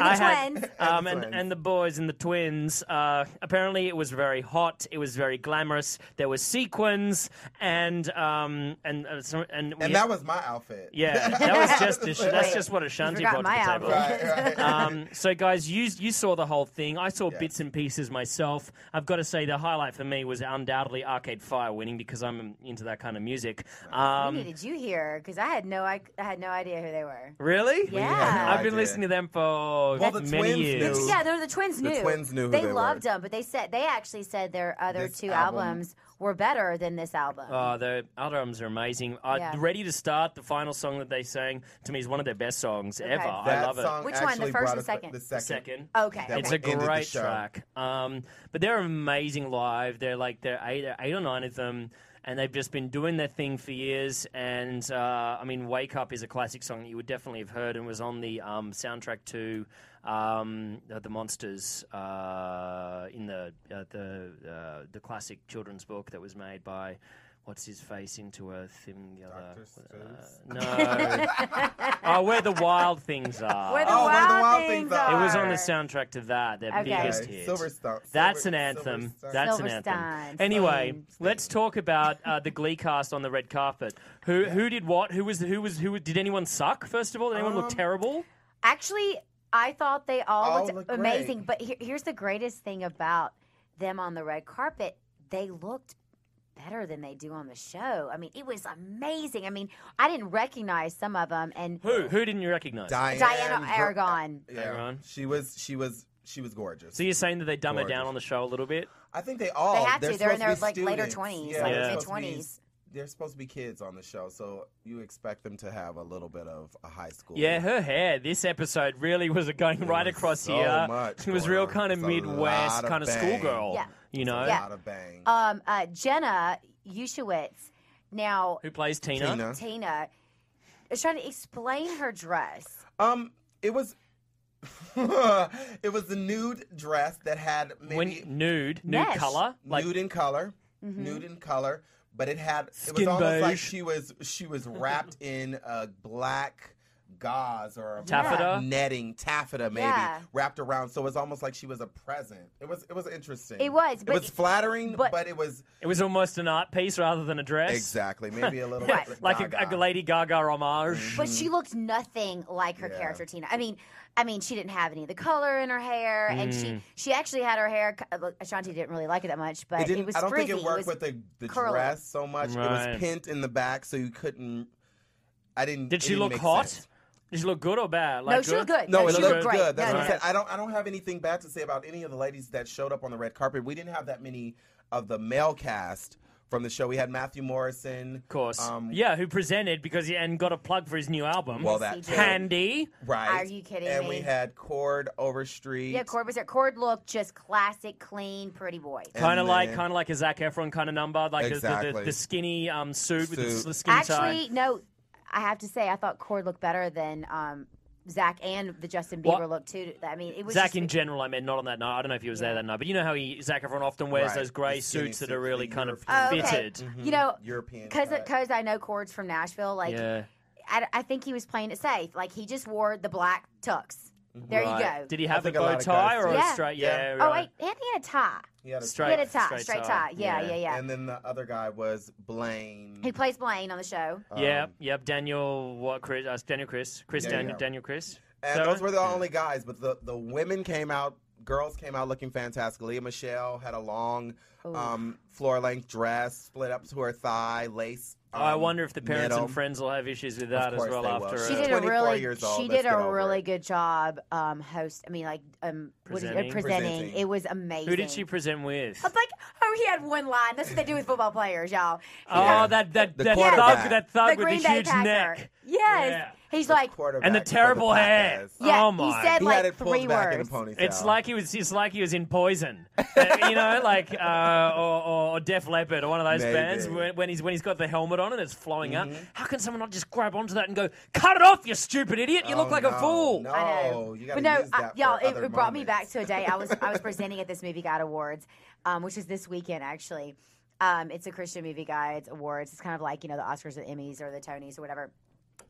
C: I had-
D: twins.
C: um, and, and the boys and the twins. Uh, apparently, it was very hot. It was very glamorous. There were sequins, and um, and uh, so- and, we
E: And that was my outfit.
C: yeah, that was just a, that's
E: Wait,
C: just what Ashanti
E: you
C: brought to
E: forgot
C: the table.
E: my outfit. Right, right.
C: Um, so, guys, you you saw the whole thing. I saw bits and pieces myself. I've got to say, the highlight for me was undoubtedly Arcade Fire winning because I'm into that kind of music. Um,
D: we needed you here because I had no I, I had no idea who they were.
C: Really?
D: Yeah. had no
C: I've been
E: idea.
C: listening to them for
E: Well, the
C: many
E: twins
C: years.
E: knew.
D: Yeah, no, the twins
E: The
D: knew.
E: twins knew who
D: They,
E: they were.
D: loved them, but they said they actually said their other
E: This
D: two
E: album-
D: albums were better than this album.
C: Oh, the albums are amazing. Uh,
D: Yeah.
C: Ready to Start, the final song that they sang, to me is one of their best songs ever. I
E: That
C: love it.
E: song
D: Which one, the first
E: actually brought
D: or
E: us the-
D: second?
E: The second.
C: Second.
D: Okay. That
C: it's
D: one
C: a
E: ended the
C: great
E: show.
C: track. Um, but they're amazing live. They're like they're eight, there are eight or nine of them, and they've just been doing their thing for years. And uh, I mean, "Wake Up" is a classic song that you would definitely have heard, and was on the um, soundtrack to um, the, the Monsters uh, in the uh, the uh, the classic children's book that was made by. What's his face into a thing? The other
E: uh,
C: uh, no. oh, where the wild things are.
D: Where the
E: Oh,
D: wild,
E: Where the Wild
D: things
E: Things Are.
D: are.
C: It was on the soundtrack to that, their
D: Okay.
C: biggest
E: Okay.
C: hit.
E: Silver Star-
C: That's
E: Silver-
C: an anthem.
E: Silver Star-
C: That's
D: Silver
C: an anthem.
D: Stein,
C: Anyway,
D: Stein,
C: let's talk about uh, the Glee cast on the red carpet. Who who did what? Who was who was who? Did anyone suck? First of all, did anyone look
E: Um,
C: terrible?
D: Actually, I thought they all,
E: All
D: looked
E: look great.
D: amazing. But here, here's the greatest thing about them on the red carpet: they looked better than they do on the show. I mean, it was amazing. I mean, I didn't recognize some of them, and
C: Who who didn't you recognize?
E: Diane,
D: Diana
E: Bro-
D: Aragon.
E: Yeah,
C: Aragon.
E: she was. She was. She was gorgeous.
C: So you're saying that they dumb it down
E: Gorgeous.
C: on the show a little bit?
E: I think they all.
D: have to. They're in
E: supposed
D: their,
E: to be
D: like, later
E: students.
D: 20s,
E: Yeah,
D: like
E: they're
D: mid-
E: supposed to be-
D: 20s.
E: They're supposed to be kids on the show, so you expect them to have a little bit of a high school.
C: Yeah, her hair this episode really was going right
E: was
C: across
E: so
C: here.
E: much
C: it was
E: going
C: real
E: on.
C: kind of
E: It's a
C: Midwest
E: lot of
C: kind of
E: bang.
C: schoolgirl.
D: Yeah.
C: You know,
E: a lot of bang.
D: um, uh, Jenna Ushewitz. Now,
C: who plays Tina?
E: Tina.
D: Tina is trying to explain her dress.
E: Um, it was. it was the nude dress that had maybe
C: When nude, nude
D: Mesh.
C: color, like
E: nude in color,
D: Mm-hmm.
E: nude in color, but it had it was
C: Skin
E: almost like
C: beige.
E: she was she was wrapped in a black gauze or a
C: Taffeta?
E: netting taffeta maybe
D: Yeah.
E: wrapped around so it's almost like she was a present it was it was interesting
D: It was,
E: it
D: but-
E: was flattering
D: but-
E: but, it was
C: It was almost an art piece rather than a dress.
E: exactly maybe a little
D: Right.
E: bit
C: Like a,
E: Gaga. Mm.
C: a Lady Gaga homage.
D: But she looked nothing like her
E: Mm-hmm. Yeah.
D: character Tina. I mean, I mean, she didn't have any of the color in her hair, and
E: Mm.
D: she she actually had her hair. cu- look, Ashanti didn't really like it that much, but
E: it
D: it,
E: didn't
D: was
E: i don't
D: frizzy.
E: think it worked
D: was-
E: with the, the
D: curly.
E: dress so much it
C: Right.
E: was pinned in the back so you couldn't i didn't
C: Did
E: it
C: she
E: didn't
C: look
E: make
C: hot?
E: sense.
C: Did she look good or bad? Like
D: no, she looked good.
E: No,
D: No,
E: it
D: she
E: looked
D: looked great.
E: good. That's
D: No,
E: what I
D: no,
E: said. I don't. I don't have anything bad to say about any of the ladies that showed up on the red carpet. We didn't have that many of the male cast from the show. We had Matthew Morrison,
C: Of course. yeah, who presented because he, and got a plug for his new album.
E: Um, Well, that
D: CJ.
C: Handy.
E: right?
D: Are you kidding
E: And
D: me?
E: we had Cord Overstreet.
D: Yeah, Cord was there. Cord looked just classic, clean, pretty boy.
E: And
C: Kind of like,
E: then-
C: kind of like a Zac Efron kind of number, like the- the, the,
E: Exactly.
C: the skinny um, suit, with the
E: Suit.
C: sl- skinny tie.
D: Actually, no, I have to say, I thought Cord looked better than um, Zach and the Justin Bieber
C: Well,
D: look too. I mean, it was
C: Zach
D: just-
C: in general, I meant not on that night. I don't know if he was there that night, but you know how he Zac Efron often wears
E: Right.
C: those grey
E: The skinny
C: suits that
E: suit,
C: are really
E: the
C: kind of
E: European Mm-hmm.
D: Oh, okay.
C: fitted.
D: You know,
E: European
D: because
E: cut.
D: because I know Cord's from Nashville. Like,
C: Yeah.
D: I, I think he was playing it safe. Like he just wore the black tux. There
C: Right.
D: you go.
C: Did he have a
E: think a lot
C: bow
E: of
C: tie
E: guys
C: or
D: do.
C: a
D: Yeah.
C: straight? Yeah.
E: Yeah.
D: oh
C: right.
D: wait, and he had a tie.
E: He had
D: he had
E: a
C: Straight-
D: a tie,
C: straight
D: straight,
C: tie.
D: tie. Yeah,
C: Yeah.
D: yeah, yeah.
E: And then the other guy was Blaine.
D: Who plays Blaine on the show?
C: Yep,
E: Um,
C: yep. Daniel, what? Chris, uh, Daniel, Chris, Chris,
E: Yeah,
C: Daniel,
E: yeah.
C: Daniel, Chris.
E: And
C: Sarah?
E: those were the only guys, but the, the women came out, girls came out looking fantastic. Leah Michelle had a long um, floor length dress, split up to her thigh, lace.
C: Oh, I
E: um,
C: wonder if the parents
E: middle.
C: and friends will have issues with that as
E: course
C: well
E: they
C: after.
E: will.
C: uh,
D: She did a
E: 24
D: really
E: years old.
D: she
E: Let's
D: did
E: get
D: a
E: over
D: really
E: it.
D: good job um, host. I mean, like um, what is it?
C: Presenting.
D: presenting.
E: Presenting.
D: It was amazing.
C: Who did she present with?
D: It's like, oh, he had one line. That's what they do with football players, y'all.
C: Oh, that that
E: The
C: that thug,
E: quarterback.
C: that thug
D: the
C: with
D: Green
C: the
D: Bay
C: huge
D: Packer.
C: neck.
D: Yes.
C: Yeah.
D: He's like,
E: Quarterback
C: And the
E: for
C: terrible hair.
E: Packers.
D: yeah.
C: Oh my.
D: He said
E: He
D: like
E: had it pulled
D: three
E: back
D: words.
E: in a ponytail.
C: It's like he was. It's like he was in Poison, Uh, you know, like uh, or, or, or Def Leppard or one of those
E: Maybe. Mm-hmm.
C: bands when, when he's when he's got the helmet on and it's flowing out. How can someone not just grab onto that and go, "Cut it off, you stupid idiot! You look
E: Oh,
C: like
E: no,
C: a fool."
E: No,
D: I know.
E: you gotta
D: But no,
E: use
D: I-
E: that for
D: y'all, it,
E: other
D: it brought me
E: moments.
D: back to a day I was I was presenting at this Movie Guide Awards, um, which was this weekend actually, Um, it's a Christian movie guy. It's awards. It's kind of like you know the Oscars or the Emmys or the Tonys or whatever.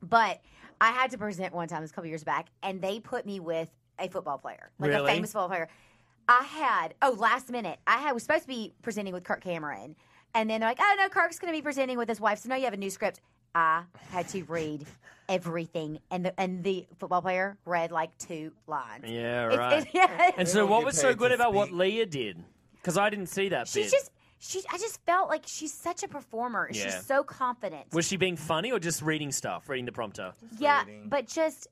D: But I had to present one time, this couple years back, and they put me with a football player, like
L: Really?
D: a famous football player. I had oh last minute. I had was supposed to be presenting with Kirk Cameron, and then they're like, oh no, Kirk's going to be presenting with his wife. So now you have a new script. I had to read everything, and the and the football player read like two lines.
C: Yeah,
D: It's-
C: right.
D: it's- yeah.
C: And so, what was so good about what Leah did? Because I didn't see that
D: She's
C: bit.
D: just she. I just felt like she's such a performer.
C: Yeah.
D: She's so confident.
C: Was she being funny or just reading stuff, reading the prompter?
D: yeah, but just.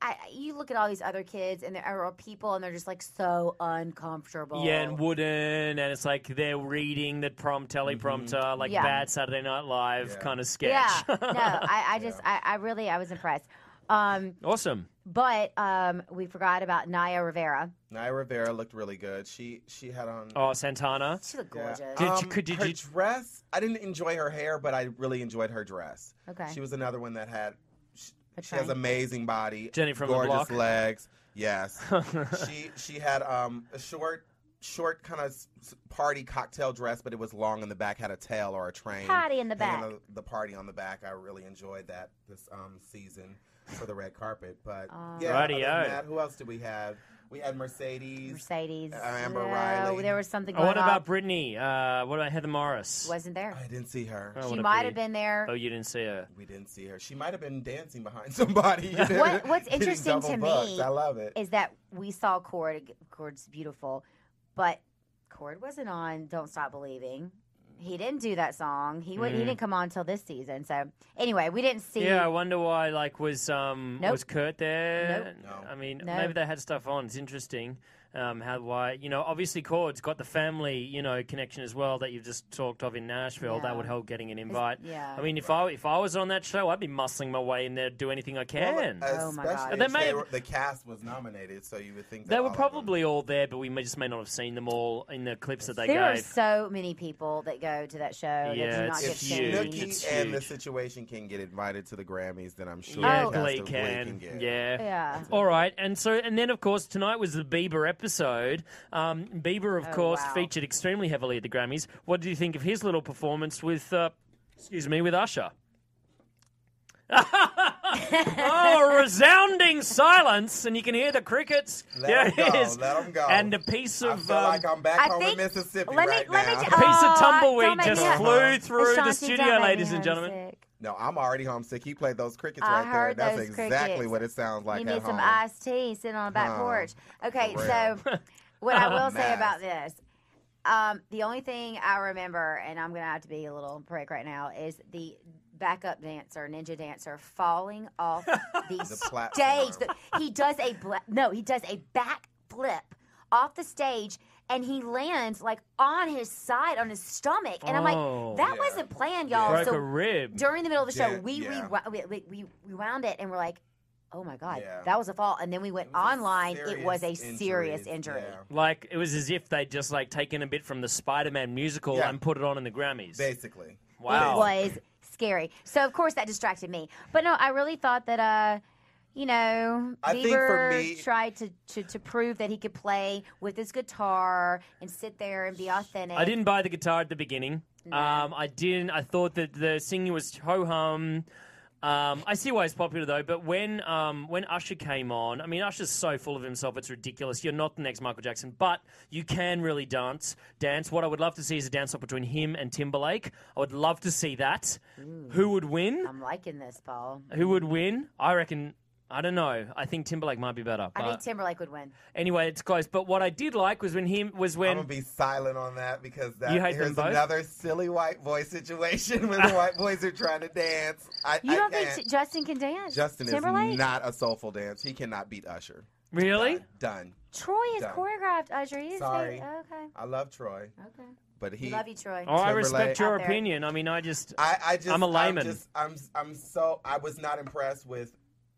D: I, you look at all these other kids and there are people and they're just like so uncomfortable.
C: Yeah, and wooden, and it's like they're reading the prompt, teleprompter, like
D: Yeah.
C: bad Saturday Night Live kind of sketch.
D: yeah. No, I, I just I, I really I was impressed. Um,
C: Awesome.
D: but um, we forgot about Naya Rivera.
E: Naya Rivera looked really good. She she had on.
C: Oh, Santana.
D: She looked
E: Yeah.
D: gorgeous.
E: Um, her dress? I didn't enjoy her hair, but I really enjoyed her dress.
D: Okay.
E: She was another one that had. She, she
D: train.
E: has amazing body.
C: Jenny from the
E: gorgeous
C: Block.
E: legs. Yes. she she had um a short short kind of party cocktail dress, but it was long in the back, had a tail or a train.
D: Party in the
E: hanging
D: back.
E: on The, party on the back. I really enjoyed that this um season for the red carpet. But
D: Ah.
E: yeah, other than
C: Rightio.
E: that, who else did we have? We had Mercedes.
D: Mercedes.
E: Uh, Amber
D: No,
E: Riley.
D: There was something
C: Oh,
D: going
C: what
D: on.
C: about Brittany? Uh, what about Heather Morris?
D: Wasn't there?
E: I didn't see her.
C: Oh,
D: She
C: what a
D: might
C: pity.
D: have been there.
C: Oh, you didn't see her.
E: We didn't see her. She might have been dancing behind somebody.
D: What, what's
E: Getting
D: interesting to
E: double booked.
D: me
E: I love it.
D: is that we saw Cord. Cord's beautiful, but Cord wasn't on "Don't Stop Believing." He didn't do that song. He would, not He
C: Mm.
D: didn't come on till this season. So anyway, we didn't see.
C: Yeah, I wonder why. Like, was um
D: Nope.
C: was Kurt there?
D: Nope.
C: I mean,
D: No.
C: maybe they had stuff on. It's interesting. Um, how why you know obviously Cord's got the family you know connection as well that you've just talked of in Nashville
D: Yeah.
C: that would help getting an invite.
D: yeah.
C: I mean if I if I was on that show I'd be muscling my way in there do anything I can.
E: Well, especially
C: Oh They
E: if
C: may
E: they
C: have-
E: were- the cast was nominated, so you would think that
C: They were
E: all of
C: probably all there, but we may, just may not have seen them all in the clips that they
D: there
C: gave.
D: are so many people that go to that show that
C: Yeah,
D: do not
C: it's
D: get
C: huge.
D: seen.
E: Snooki
C: It's
E: and the
C: huge.
E: situation can get invited to the Grammys, then I'm sure
C: yeah,
E: the cast
C: Glee
E: of
C: can.
E: get.
C: Yeah.
D: Yeah.
C: All right, and so and then of course tonight was the Bieber episode. Um, Bieber, of
D: Oh,
C: course,
D: wow.
C: featured extremely heavily at the Grammys. What do you think of his little performance with, uh, excuse me, with Usher? oh, resounding silence, and you can hear the crickets.
E: Let
C: there
E: 'em
C: it
E: go,
C: is.
E: let 'em go.
C: And a piece
E: I
C: of
E: feel
C: um,
E: like I'm back
D: I
E: home
D: think-
E: in Mississippi
D: let me-
E: right
D: let me
E: now.
D: t-
C: a piece of
D: Oh,
C: tumbleweed
D: don't make
C: just
D: me-
C: flew through the
D: Ashanti, don't
C: studio,
D: make me
C: ladies and gentlemen.
D: homesick.
E: no, I'm already homesick. He played those crickets
D: I
E: right there.
D: heard
E: That's
D: those
E: exactly
D: crickets.
E: what it sounds like
D: you
E: at
D: need some
E: home.
D: iced tea sitting on the back
E: Huh.
D: porch. Okay,
E: For
D: so what I will say
E: Mess.
D: about this, um, the only thing I remember, and I'm gonna have to be a little prick right now, is the backup dancer, ninja dancer, falling off the,
E: platform.
D: stage. The- he does a bla- no, he does a back flip off the stage. And he lands like on his side, on his stomach, and I'm
C: Oh.
D: like, "That
C: Yeah.
D: wasn't planned, y'all."
C: Broke
D: so
C: a rib.
D: during the middle of the show,
C: Yeah,
D: we,
C: yeah.
D: rewi- we, we, we rewound it and we're like, oh my God,
C: Yeah.
D: that was a fall. And then we went online. It was a
E: serious injury,
D: serious injury.
C: Like it was as if they'd just like taken a bit from the Spider-Man musical
E: Yeah.
C: and put it on in the Grammys.
E: Basically.
C: Wow.
D: It was scary. So, of course, that distracted me. But no, I really thought that, uh, you know,
E: I think for
D: Bieber
E: me-
D: tried to, to, to prove that he could play with his guitar and sit there and be authentic.
C: I didn't buy the guitar at the beginning. Um, I didn't. I thought that the singing was ho hum. Um, I see why it's popular though. But when um, when Usher came on, I mean, Usher's so full of himself; it's ridiculous. You're not the next Michael Jackson, but you can really dance. Dance. What I would love to see is a dance off between him and Timberlake. I would love to see that. Who would win?
D: I'm liking this, Paul.
C: Who would win? I reckon. I don't know. I think Timberlake might be better.
D: I think
C: but-
D: Timberlake would win.
C: anyway, it's close. But what I did like was when him was when
E: I'm gonna be silent on that because that
C: You hate them
E: here's
C: both?
E: another silly white boy situation when the white boys are trying to dance. I, eh.
D: You
E: I
D: don't
E: can't.
D: think J- Justin can dance?
E: Justin
D: Timberlake?
E: is not a soulful dance. He cannot beat Usher.
C: Really?
E: Done.
D: Troy has
E: Done.
D: choreographed Usher. He is
E: Sorry.
D: Okay.
E: I love Troy.
D: Okay.
E: But he.
D: We love you, Troy.
C: Oh, I
E: Timberlake-
C: respect your
E: Out there.
C: opinion. I mean, I just,
E: I, I just.
C: I'm a layman.
E: I'm, just, I'm. I'm so. I was not impressed with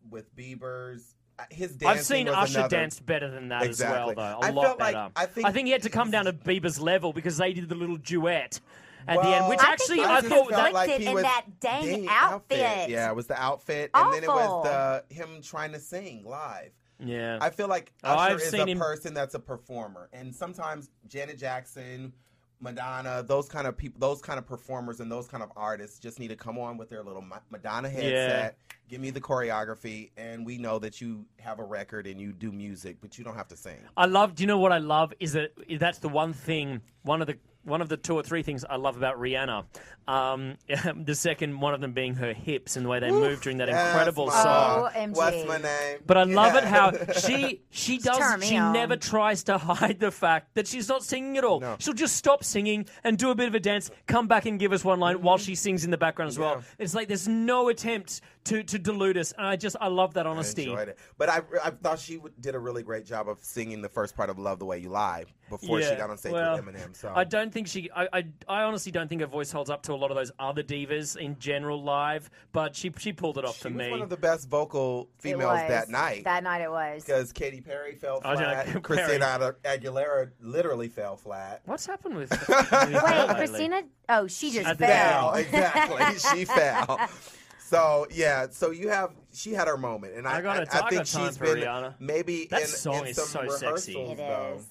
E: with Bieber's. uh, His dancing
C: I've seen
E: was
C: Usher
E: another-
C: dance better than that
E: Exactly.
C: as well, though. A
E: I
C: lot
E: felt like-
C: better.
E: I
C: I,
E: think-
C: think, he had to come down to Bieber's level because they did the little duet at the end, which
E: Well,
C: actually
E: I
C: I,
E: just
C: thought
E: felt
C: that.
E: like he
D: in
E: was
D: that dang
E: dang
D: outfit.
E: Yeah, it was the outfit, and then it was
D: Awful.
E: the him trying to sing live.
C: yeah,
E: I feel like
C: Oh,
E: Usher
C: I've
E: is
C: seen
E: a
C: him-
E: person that's a performer, and sometimes Janet Jackson, Madonna, those kind of people, those kind of performers, and those kind of artists just need to come on with their little Ma- Madonna headset. Give me the choreography, and we know that you have a record and you do music, but you don't have to sing.
C: I love. Do you know what I love? Is that is that's the one thing. One of the one of the two or three things I love about Rihanna. Um, the second one of them being her hips and the way they move during that incredible
E: Yes,
C: song.
E: Mama. What's my name?
C: But I love it
E: Yeah.
C: how she she
E: turn
C: does
E: me
C: she
E: on.
C: never tries to hide the fact that she's not singing at all. She'll just stop singing and do a bit of a dance, come back and give us one line while she sings in the background as well. It's like there's no attempt to to delude us, and I just I love that honesty.
E: enjoyed it. But I, I thought she w- did a really great job of singing the first part of "Love the Way You Lie" before she
C: Yeah,
E: got on stage
C: well,
E: with Eminem. So
C: I don't think she. I, I, I honestly don't think her voice holds up to a lot of those other divas in general live. But she she pulled it off for
E: she was
C: me.
E: one of the best vocal females
D: was.
E: that night.
D: That night it was.
E: because Katy Perry fell
C: I was gonna
E: flat,
C: compare
E: Christina Aguilera literally fell flat.
C: What's happened with?
D: Wait, Christina? Oh, she just fell.
E: exactly. she fell. So yeah, so you have she had her moment, and I,
C: I gotta-
E: I,
C: I got
E: think
C: time
E: she's
C: for
E: been
C: Rihanna.
E: maybe
C: That
E: in,
C: song
E: in
C: is
E: some
C: so sexy.
E: rehearsals,
C: It
E: though.
D: is.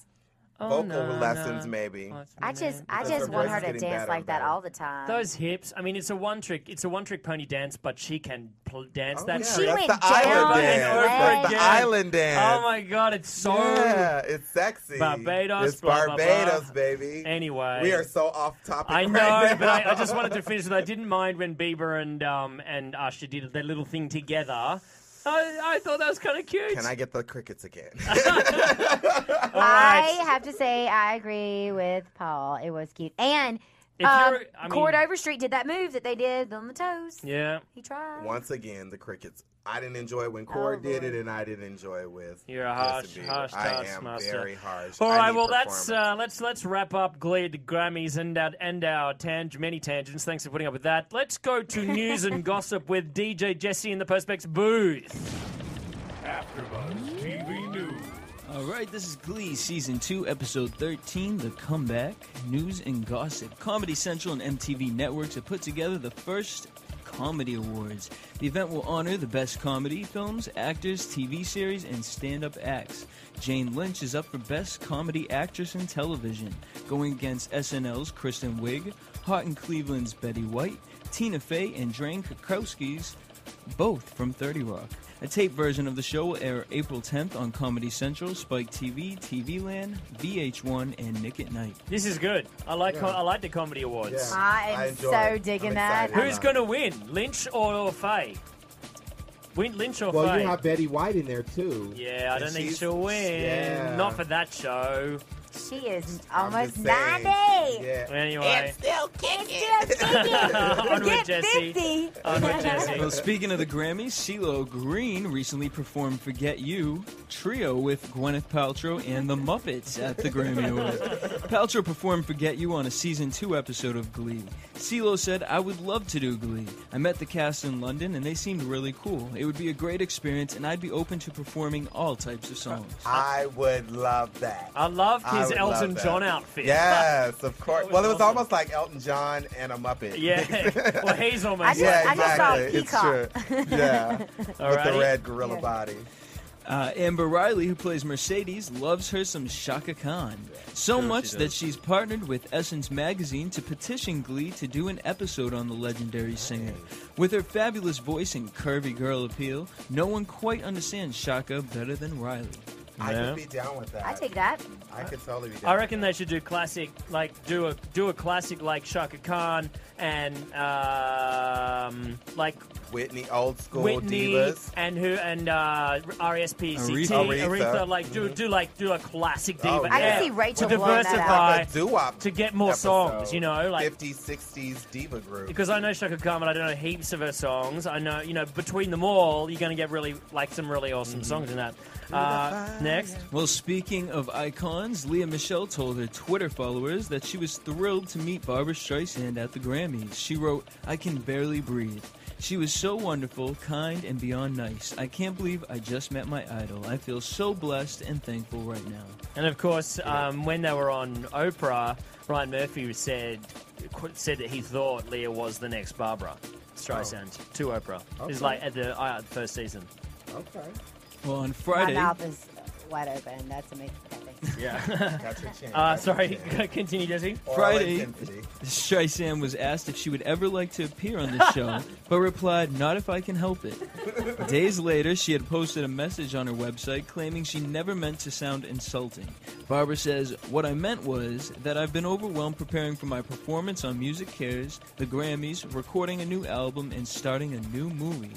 C: oh,
E: Vocal lessons, maybe.
D: I just, I
E: Because
D: just
E: her
D: want
E: voice
D: her to
E: is getting
D: dance
E: better
D: like
E: and
D: that
E: better.
D: all the time.
C: Those hips. I mean, it's a one trick. It's a one trick pony dance, but she can pl- dance that.
D: yeah.
C: shit
D: She
E: Oh, That's
D: went
E: the island
D: down
E: dance.
D: the
E: That's the
C: again.
E: island dance.
C: Oh my god, it's so
E: Yeah, it's sexy.
C: Barbados.
E: It's
C: blah, blah, blah.
E: Barbados, baby.
C: Anyway,
E: We are so off topic.
C: I
E: right
C: know,
E: now.
C: but I, I just wanted to finish with I didn't mind when Bieber and um and Usher did their little thing together. I, I thought that was kind of cute.
E: Can I get the crickets again?
D: I have to say, I agree with Paul. It was cute, and
C: If
D: um,
C: you're- I mean-
D: Cord Overstreet did that move that they did on the toes.
C: Yeah.
D: He tried.
E: Once again, the crickets. I didn't enjoy it when Corey did it, and I didn't enjoy it with.
C: Oh, You're a harsh,
E: Justin Bieber.
C: harsh
E: I
C: taskmaster.
E: am very harsh.
C: All
E: I
C: right,
E: need
C: well, that's
E: performance.
C: uh, let's let's wrap up Glee, the Grammys, and our and our tang- many tangents. Thanks for putting up with that. Let's go to news and gossip with DJ Jesse in the Perspex booth.
K: AfterBuzz TV News.
F: All right, this is Glee season two, episode thirteen, the comeback. News and gossip. Comedy Central and MTV Networks have put together the first comedy awards. The event will honor the best comedy films, actors, TV series, and stand-up acts. Jane Lynch is up for best comedy actress in television, going against SNL's Kristen Wiig, Hot in Cleveland's Betty White, Tina Fey, and Drain Krakowski's both from 30 Rock. A tape version of the show will air April 10th on Comedy Central, Spike TV, TV Land, VH1, and Nick at Night.
C: This is good. I like co- I like the comedy awards.
D: I am so digging that.
C: Who's going to win, Lynch or, or Faye? Win Lynch or
E: Well,
C: Faye?
E: you have Betty White in there too.
C: yeah, I
E: And
C: don't think
E: she's-
C: she'll win.
E: Yeah.
C: Not for that show.
D: She is almost
E: just saying.
D: ninety.
E: Yeah.
C: Anyway,
I: Still kicking.
C: onward
D: Get
C: Jesse.
D: fifty.
C: Onward Jesse.
F: Well, speaking of the Grammys, CeeLo Green recently performed Forget You trio with Gwyneth Paltrow and the Muppets at the Grammy Awards. Paltrow performed Forget You on a season 2 episode of Glee. CeeLo said, I would love to do Glee. I met the cast in London and they seemed really cool. It would be a great experience and I'd be open to performing all types of songs.
E: I would love that.
C: I loved
E: I
C: his
E: would
C: Elton
E: love that.
C: John outfit.
E: Yes, of course.
C: was
E: Well, it was
C: awesome.
E: almost like Elton John and a Muppet.
C: Yeah. Well, he's almost.
D: I just,
E: yeah,
D: I just saw
E: exactly. It's
D: Peacock.
E: true. Yeah, with the
C: Alrighty.
E: red gorilla body.
F: Uh, Amber Riley, who plays Mercedes, loves her some Shaka Khan. So much that she's partnered with Essence Magazine to petition Glee to do an episode on the legendary singer. With her fabulous voice and curvy girl appeal, no one quite understands Shaka better than Riley.
E: I
C: Yeah.
E: could be down with that.
D: I take that.
E: I could totally be down.
C: I reckon they should do classic, like do a do a classic like Shaka Khan and um, like
E: Whitney, old school
C: Whitney
E: divas.
C: and who and uh, RSPCT
E: Aretha.
C: Aretha.
E: Aretha.
C: like do do like do a classic
E: Oh,
C: diva.
E: I can
C: yeah.
D: see Rachel
C: We'll
D: blowing that out.
C: diversify
E: Like a doo-wop
C: to get more songs. You know, like
E: 50s, 60s diva group.
C: because I know Shaka Khan, but I don't know heaps of her songs. I know you know between them all, you're going to get really like some really awesome songs in that. Uh, next,
F: Well, speaking of icons, Leah Michelle told her Twitter followers that she was thrilled to meet Barbara Streisand at the Grammys. She wrote, I can barely breathe. She was so wonderful, kind, and beyond nice. I can't believe I just met my idol. I feel so blessed and thankful right now.
C: And of course, um, when they were on Oprah, Ryan Murphy said qu- said that he thought Leah was the next Barbara Streisand to Oprah. It was
E: Okay.
C: like at the uh, first season.
E: Okay.
F: Well, on
D: My
F: Friday,
D: mouth is wide open. That's amazing.
C: Yeah.
E: That's a change.
C: Uh, sorry, continue, Jesse.
F: Friday, Streisand was asked if she would ever like to appear on the show, but replied, Not if I can help it. Days later, she had posted a message on her website claiming she never meant to sound insulting. Barbara says, What I meant was that I've been overwhelmed preparing for my performance on Music Cares, the Grammys, recording a new album, and starting a new movie.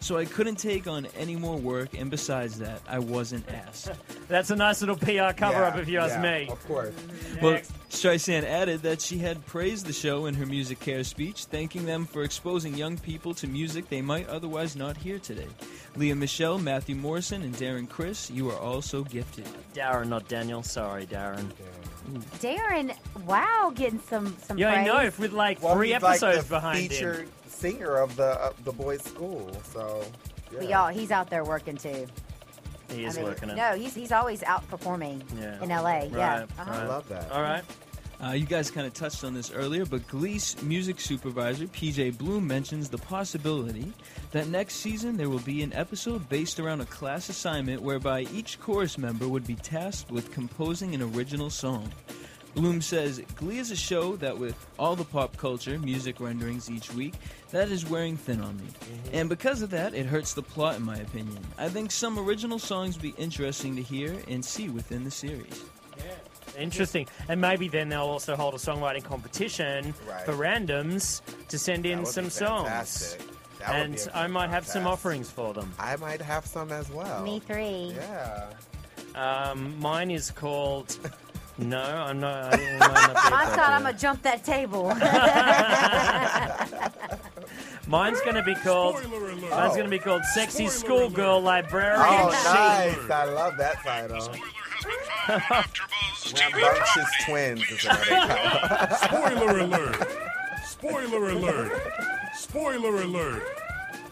F: So I couldn't take on any more work, and besides that, I wasn't asked.
C: That's a nice little PR cover up, if you ask me.
E: Of course.
C: Mm-hmm.
F: Well, Streisand added that she had praised the show in her music care speech, thanking them for exposing young people to music they might otherwise not hear today. Leah Michelle, Matthew Morrison, and Darren Chris, you are all so gifted.
C: Darren, not Daniel. Sorry, Darren.
D: Darren, wow, getting some some
C: Yeah, I
D: praise.
C: know. With like
E: Well,
C: three
E: he's like
C: episodes
E: the
C: behind
E: featured
C: him.
E: singer of the uh, the boys' school. So yeah.
D: But y'all, he's out there working too.
C: He is
D: I mean,
C: working it.
D: No, he's he's always outperforming
F: Yeah.
D: in LA. yeah.
F: Right,
D: Uh-huh.
F: right. I love
E: that.
F: All right. Uh, you guys kind of touched on this earlier, but Glee's music supervisor, PJ Bloom, mentions the possibility that next season there will be an episode based around a class assignment whereby each chorus member would be tasked with composing an original song. Bloom says Glee is a show that, with all the pop culture, music renderings each week, that is wearing thin on me. And because of that, it hurts the plot, in my opinion. I think some original songs would be interesting to hear and see within the series.
C: Interesting. And maybe then they'll also hold a songwriting competition
F: Right.
C: for randoms to send in
E: would be
C: some songs.
E: fantastic. That would
C: and
E: be
C: I might have some
E: fantastic.
C: offerings for them.
E: I might have some as well.
D: Me three.
E: Yeah.
C: Um, mine is called. No, I'm not. I didn't- might not be
D: I thought I'm
C: appropriate.
D: gonna jump that table.
C: Mine's going to be called. Mine's going to be called "Sexy Schoolgirl Librarian."
E: Oh,
C: Shade.
E: nice! I love that title. Rambunctious twins is another title.
L: Spoiler alert! Spoiler alert! Spoiler alert!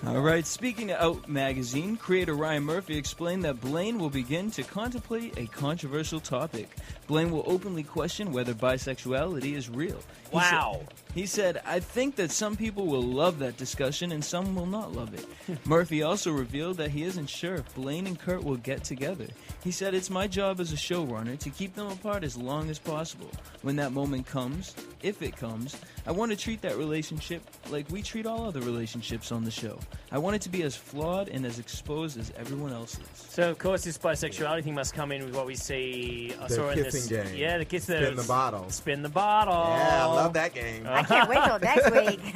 F: All right, speaking to Out Magazine, creator Ryan Murphy explained that Blaine will begin to contemplate a controversial topic. Blaine will openly question whether bisexuality is real. He sa-
C: Wow.
F: he said, I think that some people will love that discussion and some will not love it. Murphy also revealed that he isn't sure if Blaine and Kurt will get together. He said, It's my job as a showrunner to keep them apart as long as possible. When that moment comes, if it comes, I want to treat that relationship like we treat all other relationships on the show. I want it to be as flawed and as exposed as everyone else's.
C: So of course this bisexuality thing must come in with what we see. I
F: The
C: saw in this,
F: kissing game.
C: Yeah, the kiss.
F: Spin
C: those-
F: the bottle.
C: Spin the bottle.
E: Yeah, I love that game.
C: Oh.
D: I can't wait till next week.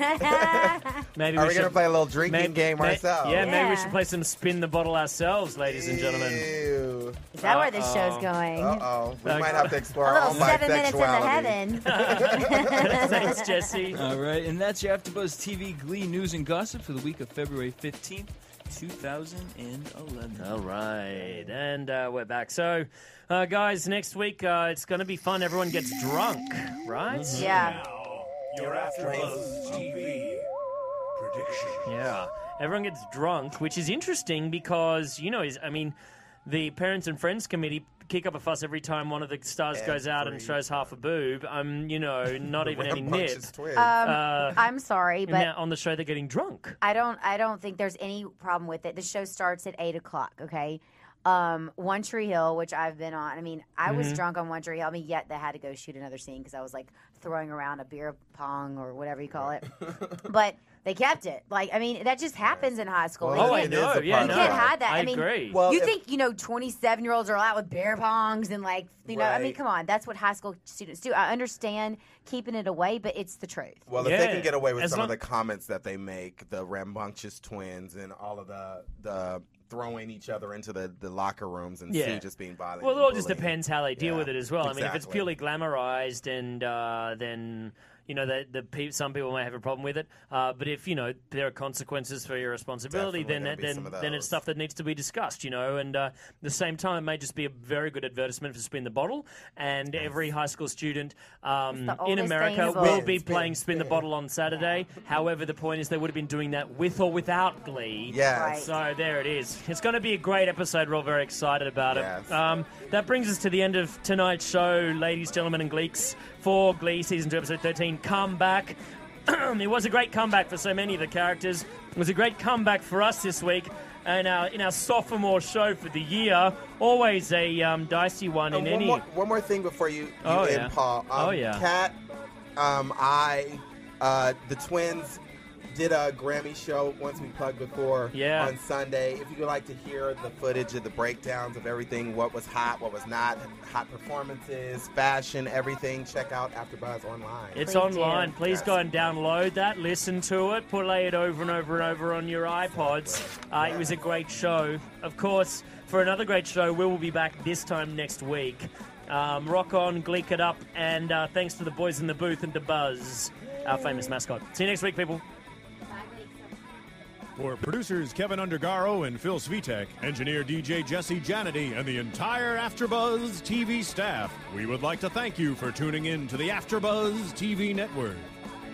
C: Maybe
E: Are
C: we
E: we gonna
C: should-
E: play a little drinking
C: Maybe-
E: game
C: may-
E: ourselves?
C: Yeah, maybe we
D: Yeah.
C: should play some spin the bottle ourselves, ladies and gentlemen.
D: Is that where this show's going?
E: Uh oh. We might have to explore
D: A
E: our
D: little
E: own
D: seven minutes into
E: bisexuality.
D: heaven.
C: Thanks, Jesse.
F: All right, and that's your AfterBuzz TV Glee news and gossip for the week of February 15th, 2011.
C: All right, and uh, we're back. So, uh, guys, next week uh, it's going to be fun. Everyone gets drunk, right?
D: Yeah.
L: Your AfterBuzz TV prediction.
C: Yeah, everyone gets drunk, which is interesting because you know, is I mean, the Parents and Friends Committee kick up a fuss every time one of the stars goes out and shows half a boob. Um, you know, not even any nip.
E: rambunctious
D: Um,
C: Uh,
D: I'm sorry,
C: and
D: but
C: now on the show they're getting drunk.
D: I don't I don't think there's any problem with it. The show starts at eight o'clock, okay? Um, One Tree Hill, which I've been on. I mean, I was
E: Mm-hmm.
C: Mhm.
D: drunk on One Tree Hill. I mean, yet they had to go shoot another scene because I was like throwing around a beer pong or whatever you call it. but they kept it. Like, I mean, that just happens in high school.
E: Well,
D: You
E: Oh, I
D: can't-
E: know.
D: You
E: Yeah,
D: can't
E: no.
D: hide that.
E: I
D: I, mean,
E: agree. Well,
D: you
E: if-
D: think you know twenty-seven year olds are all out with beer pongs and like you know. I mean,
E: Right.
D: come on, that's what high school students do. I understand keeping it away, but it's the truth.
E: Well, if they
C: Yeah.
E: can get away with
C: As
E: some
C: long-
E: of the comments that they make, the rambunctious twins and all of the the throwing each other into the, the locker rooms and
C: Yeah.
E: Sue just being bothered.
C: Well, it
E: and
C: all just
E: bullied.
C: depends how they deal
E: Yeah,
C: with it as well. I mean, if it's
E: exactly.
C: purely glamorized, and uh, then you know, the, the pe- some people may have a problem with it. Uh, but if you know there are consequences for your responsibility,
E: Definitely
C: then
E: gonna be
C: then
E: some of
C: then it's
E: those.
C: stuff that needs to be discussed. You know, and uh, at the same time, it may just be a very good advertisement for Spin the Bottle, and every high school student um,
D: the
C: in
D: oldest
C: America
D: thing
C: will
D: ever.
C: be playing Spin the Bottle on Saturday. However, the point is they would have been doing that with or without Glee.
E: Yes. Right.
C: So there it is. It's going to be a great episode. We're all very excited about
E: Yes.
C: it. Um, that brings us to the end of tonight's show, ladies, gentlemen, and gleeks, for Glee Season 2, Episode 13. Come back. it was a great comeback for so many of the characters. It was a great comeback for us this week. in our, in our sophomore show for the year. Always a um, dicey one in
E: one,
C: any.
E: more, one more thing before you, you
C: Oh,
E: end,
C: yeah.
E: Paul. Um,
C: Oh, yeah.
E: Kat, um, I, uh, the twins did a Grammy show once we plugged before
C: Yeah.
E: on Sunday. If you would like to hear the footage of the breakdowns of everything, what was hot, what was not, hot performances, fashion, everything, check out AfterBuzz online.
C: It's online. Please go and download that, listen to it, play it over and over and over on your iPods. Uh, it was a great show. Of course, for another great show, we will be back this time next week. Um, rock on, gleek it up, and uh, thanks to the boys in the booth and to Buzz, our famous mascot. See you next week, people.
A: For producers Kevin Undergaro and Phil Svitek, engineer DJ Jesse Janity, and the entire AfterBuzz TV staff, we would like to thank you for tuning in to the AfterBuzz TV network.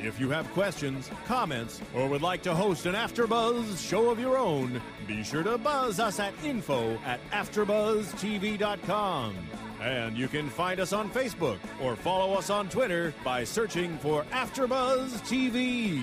A: If you have questions, comments, or would like to host an AfterBuzz show of your own, be sure to buzz us at info at AfterBuzzTV.com. And you can find us on Facebook or follow us on Twitter by searching for AfterBuzz TV.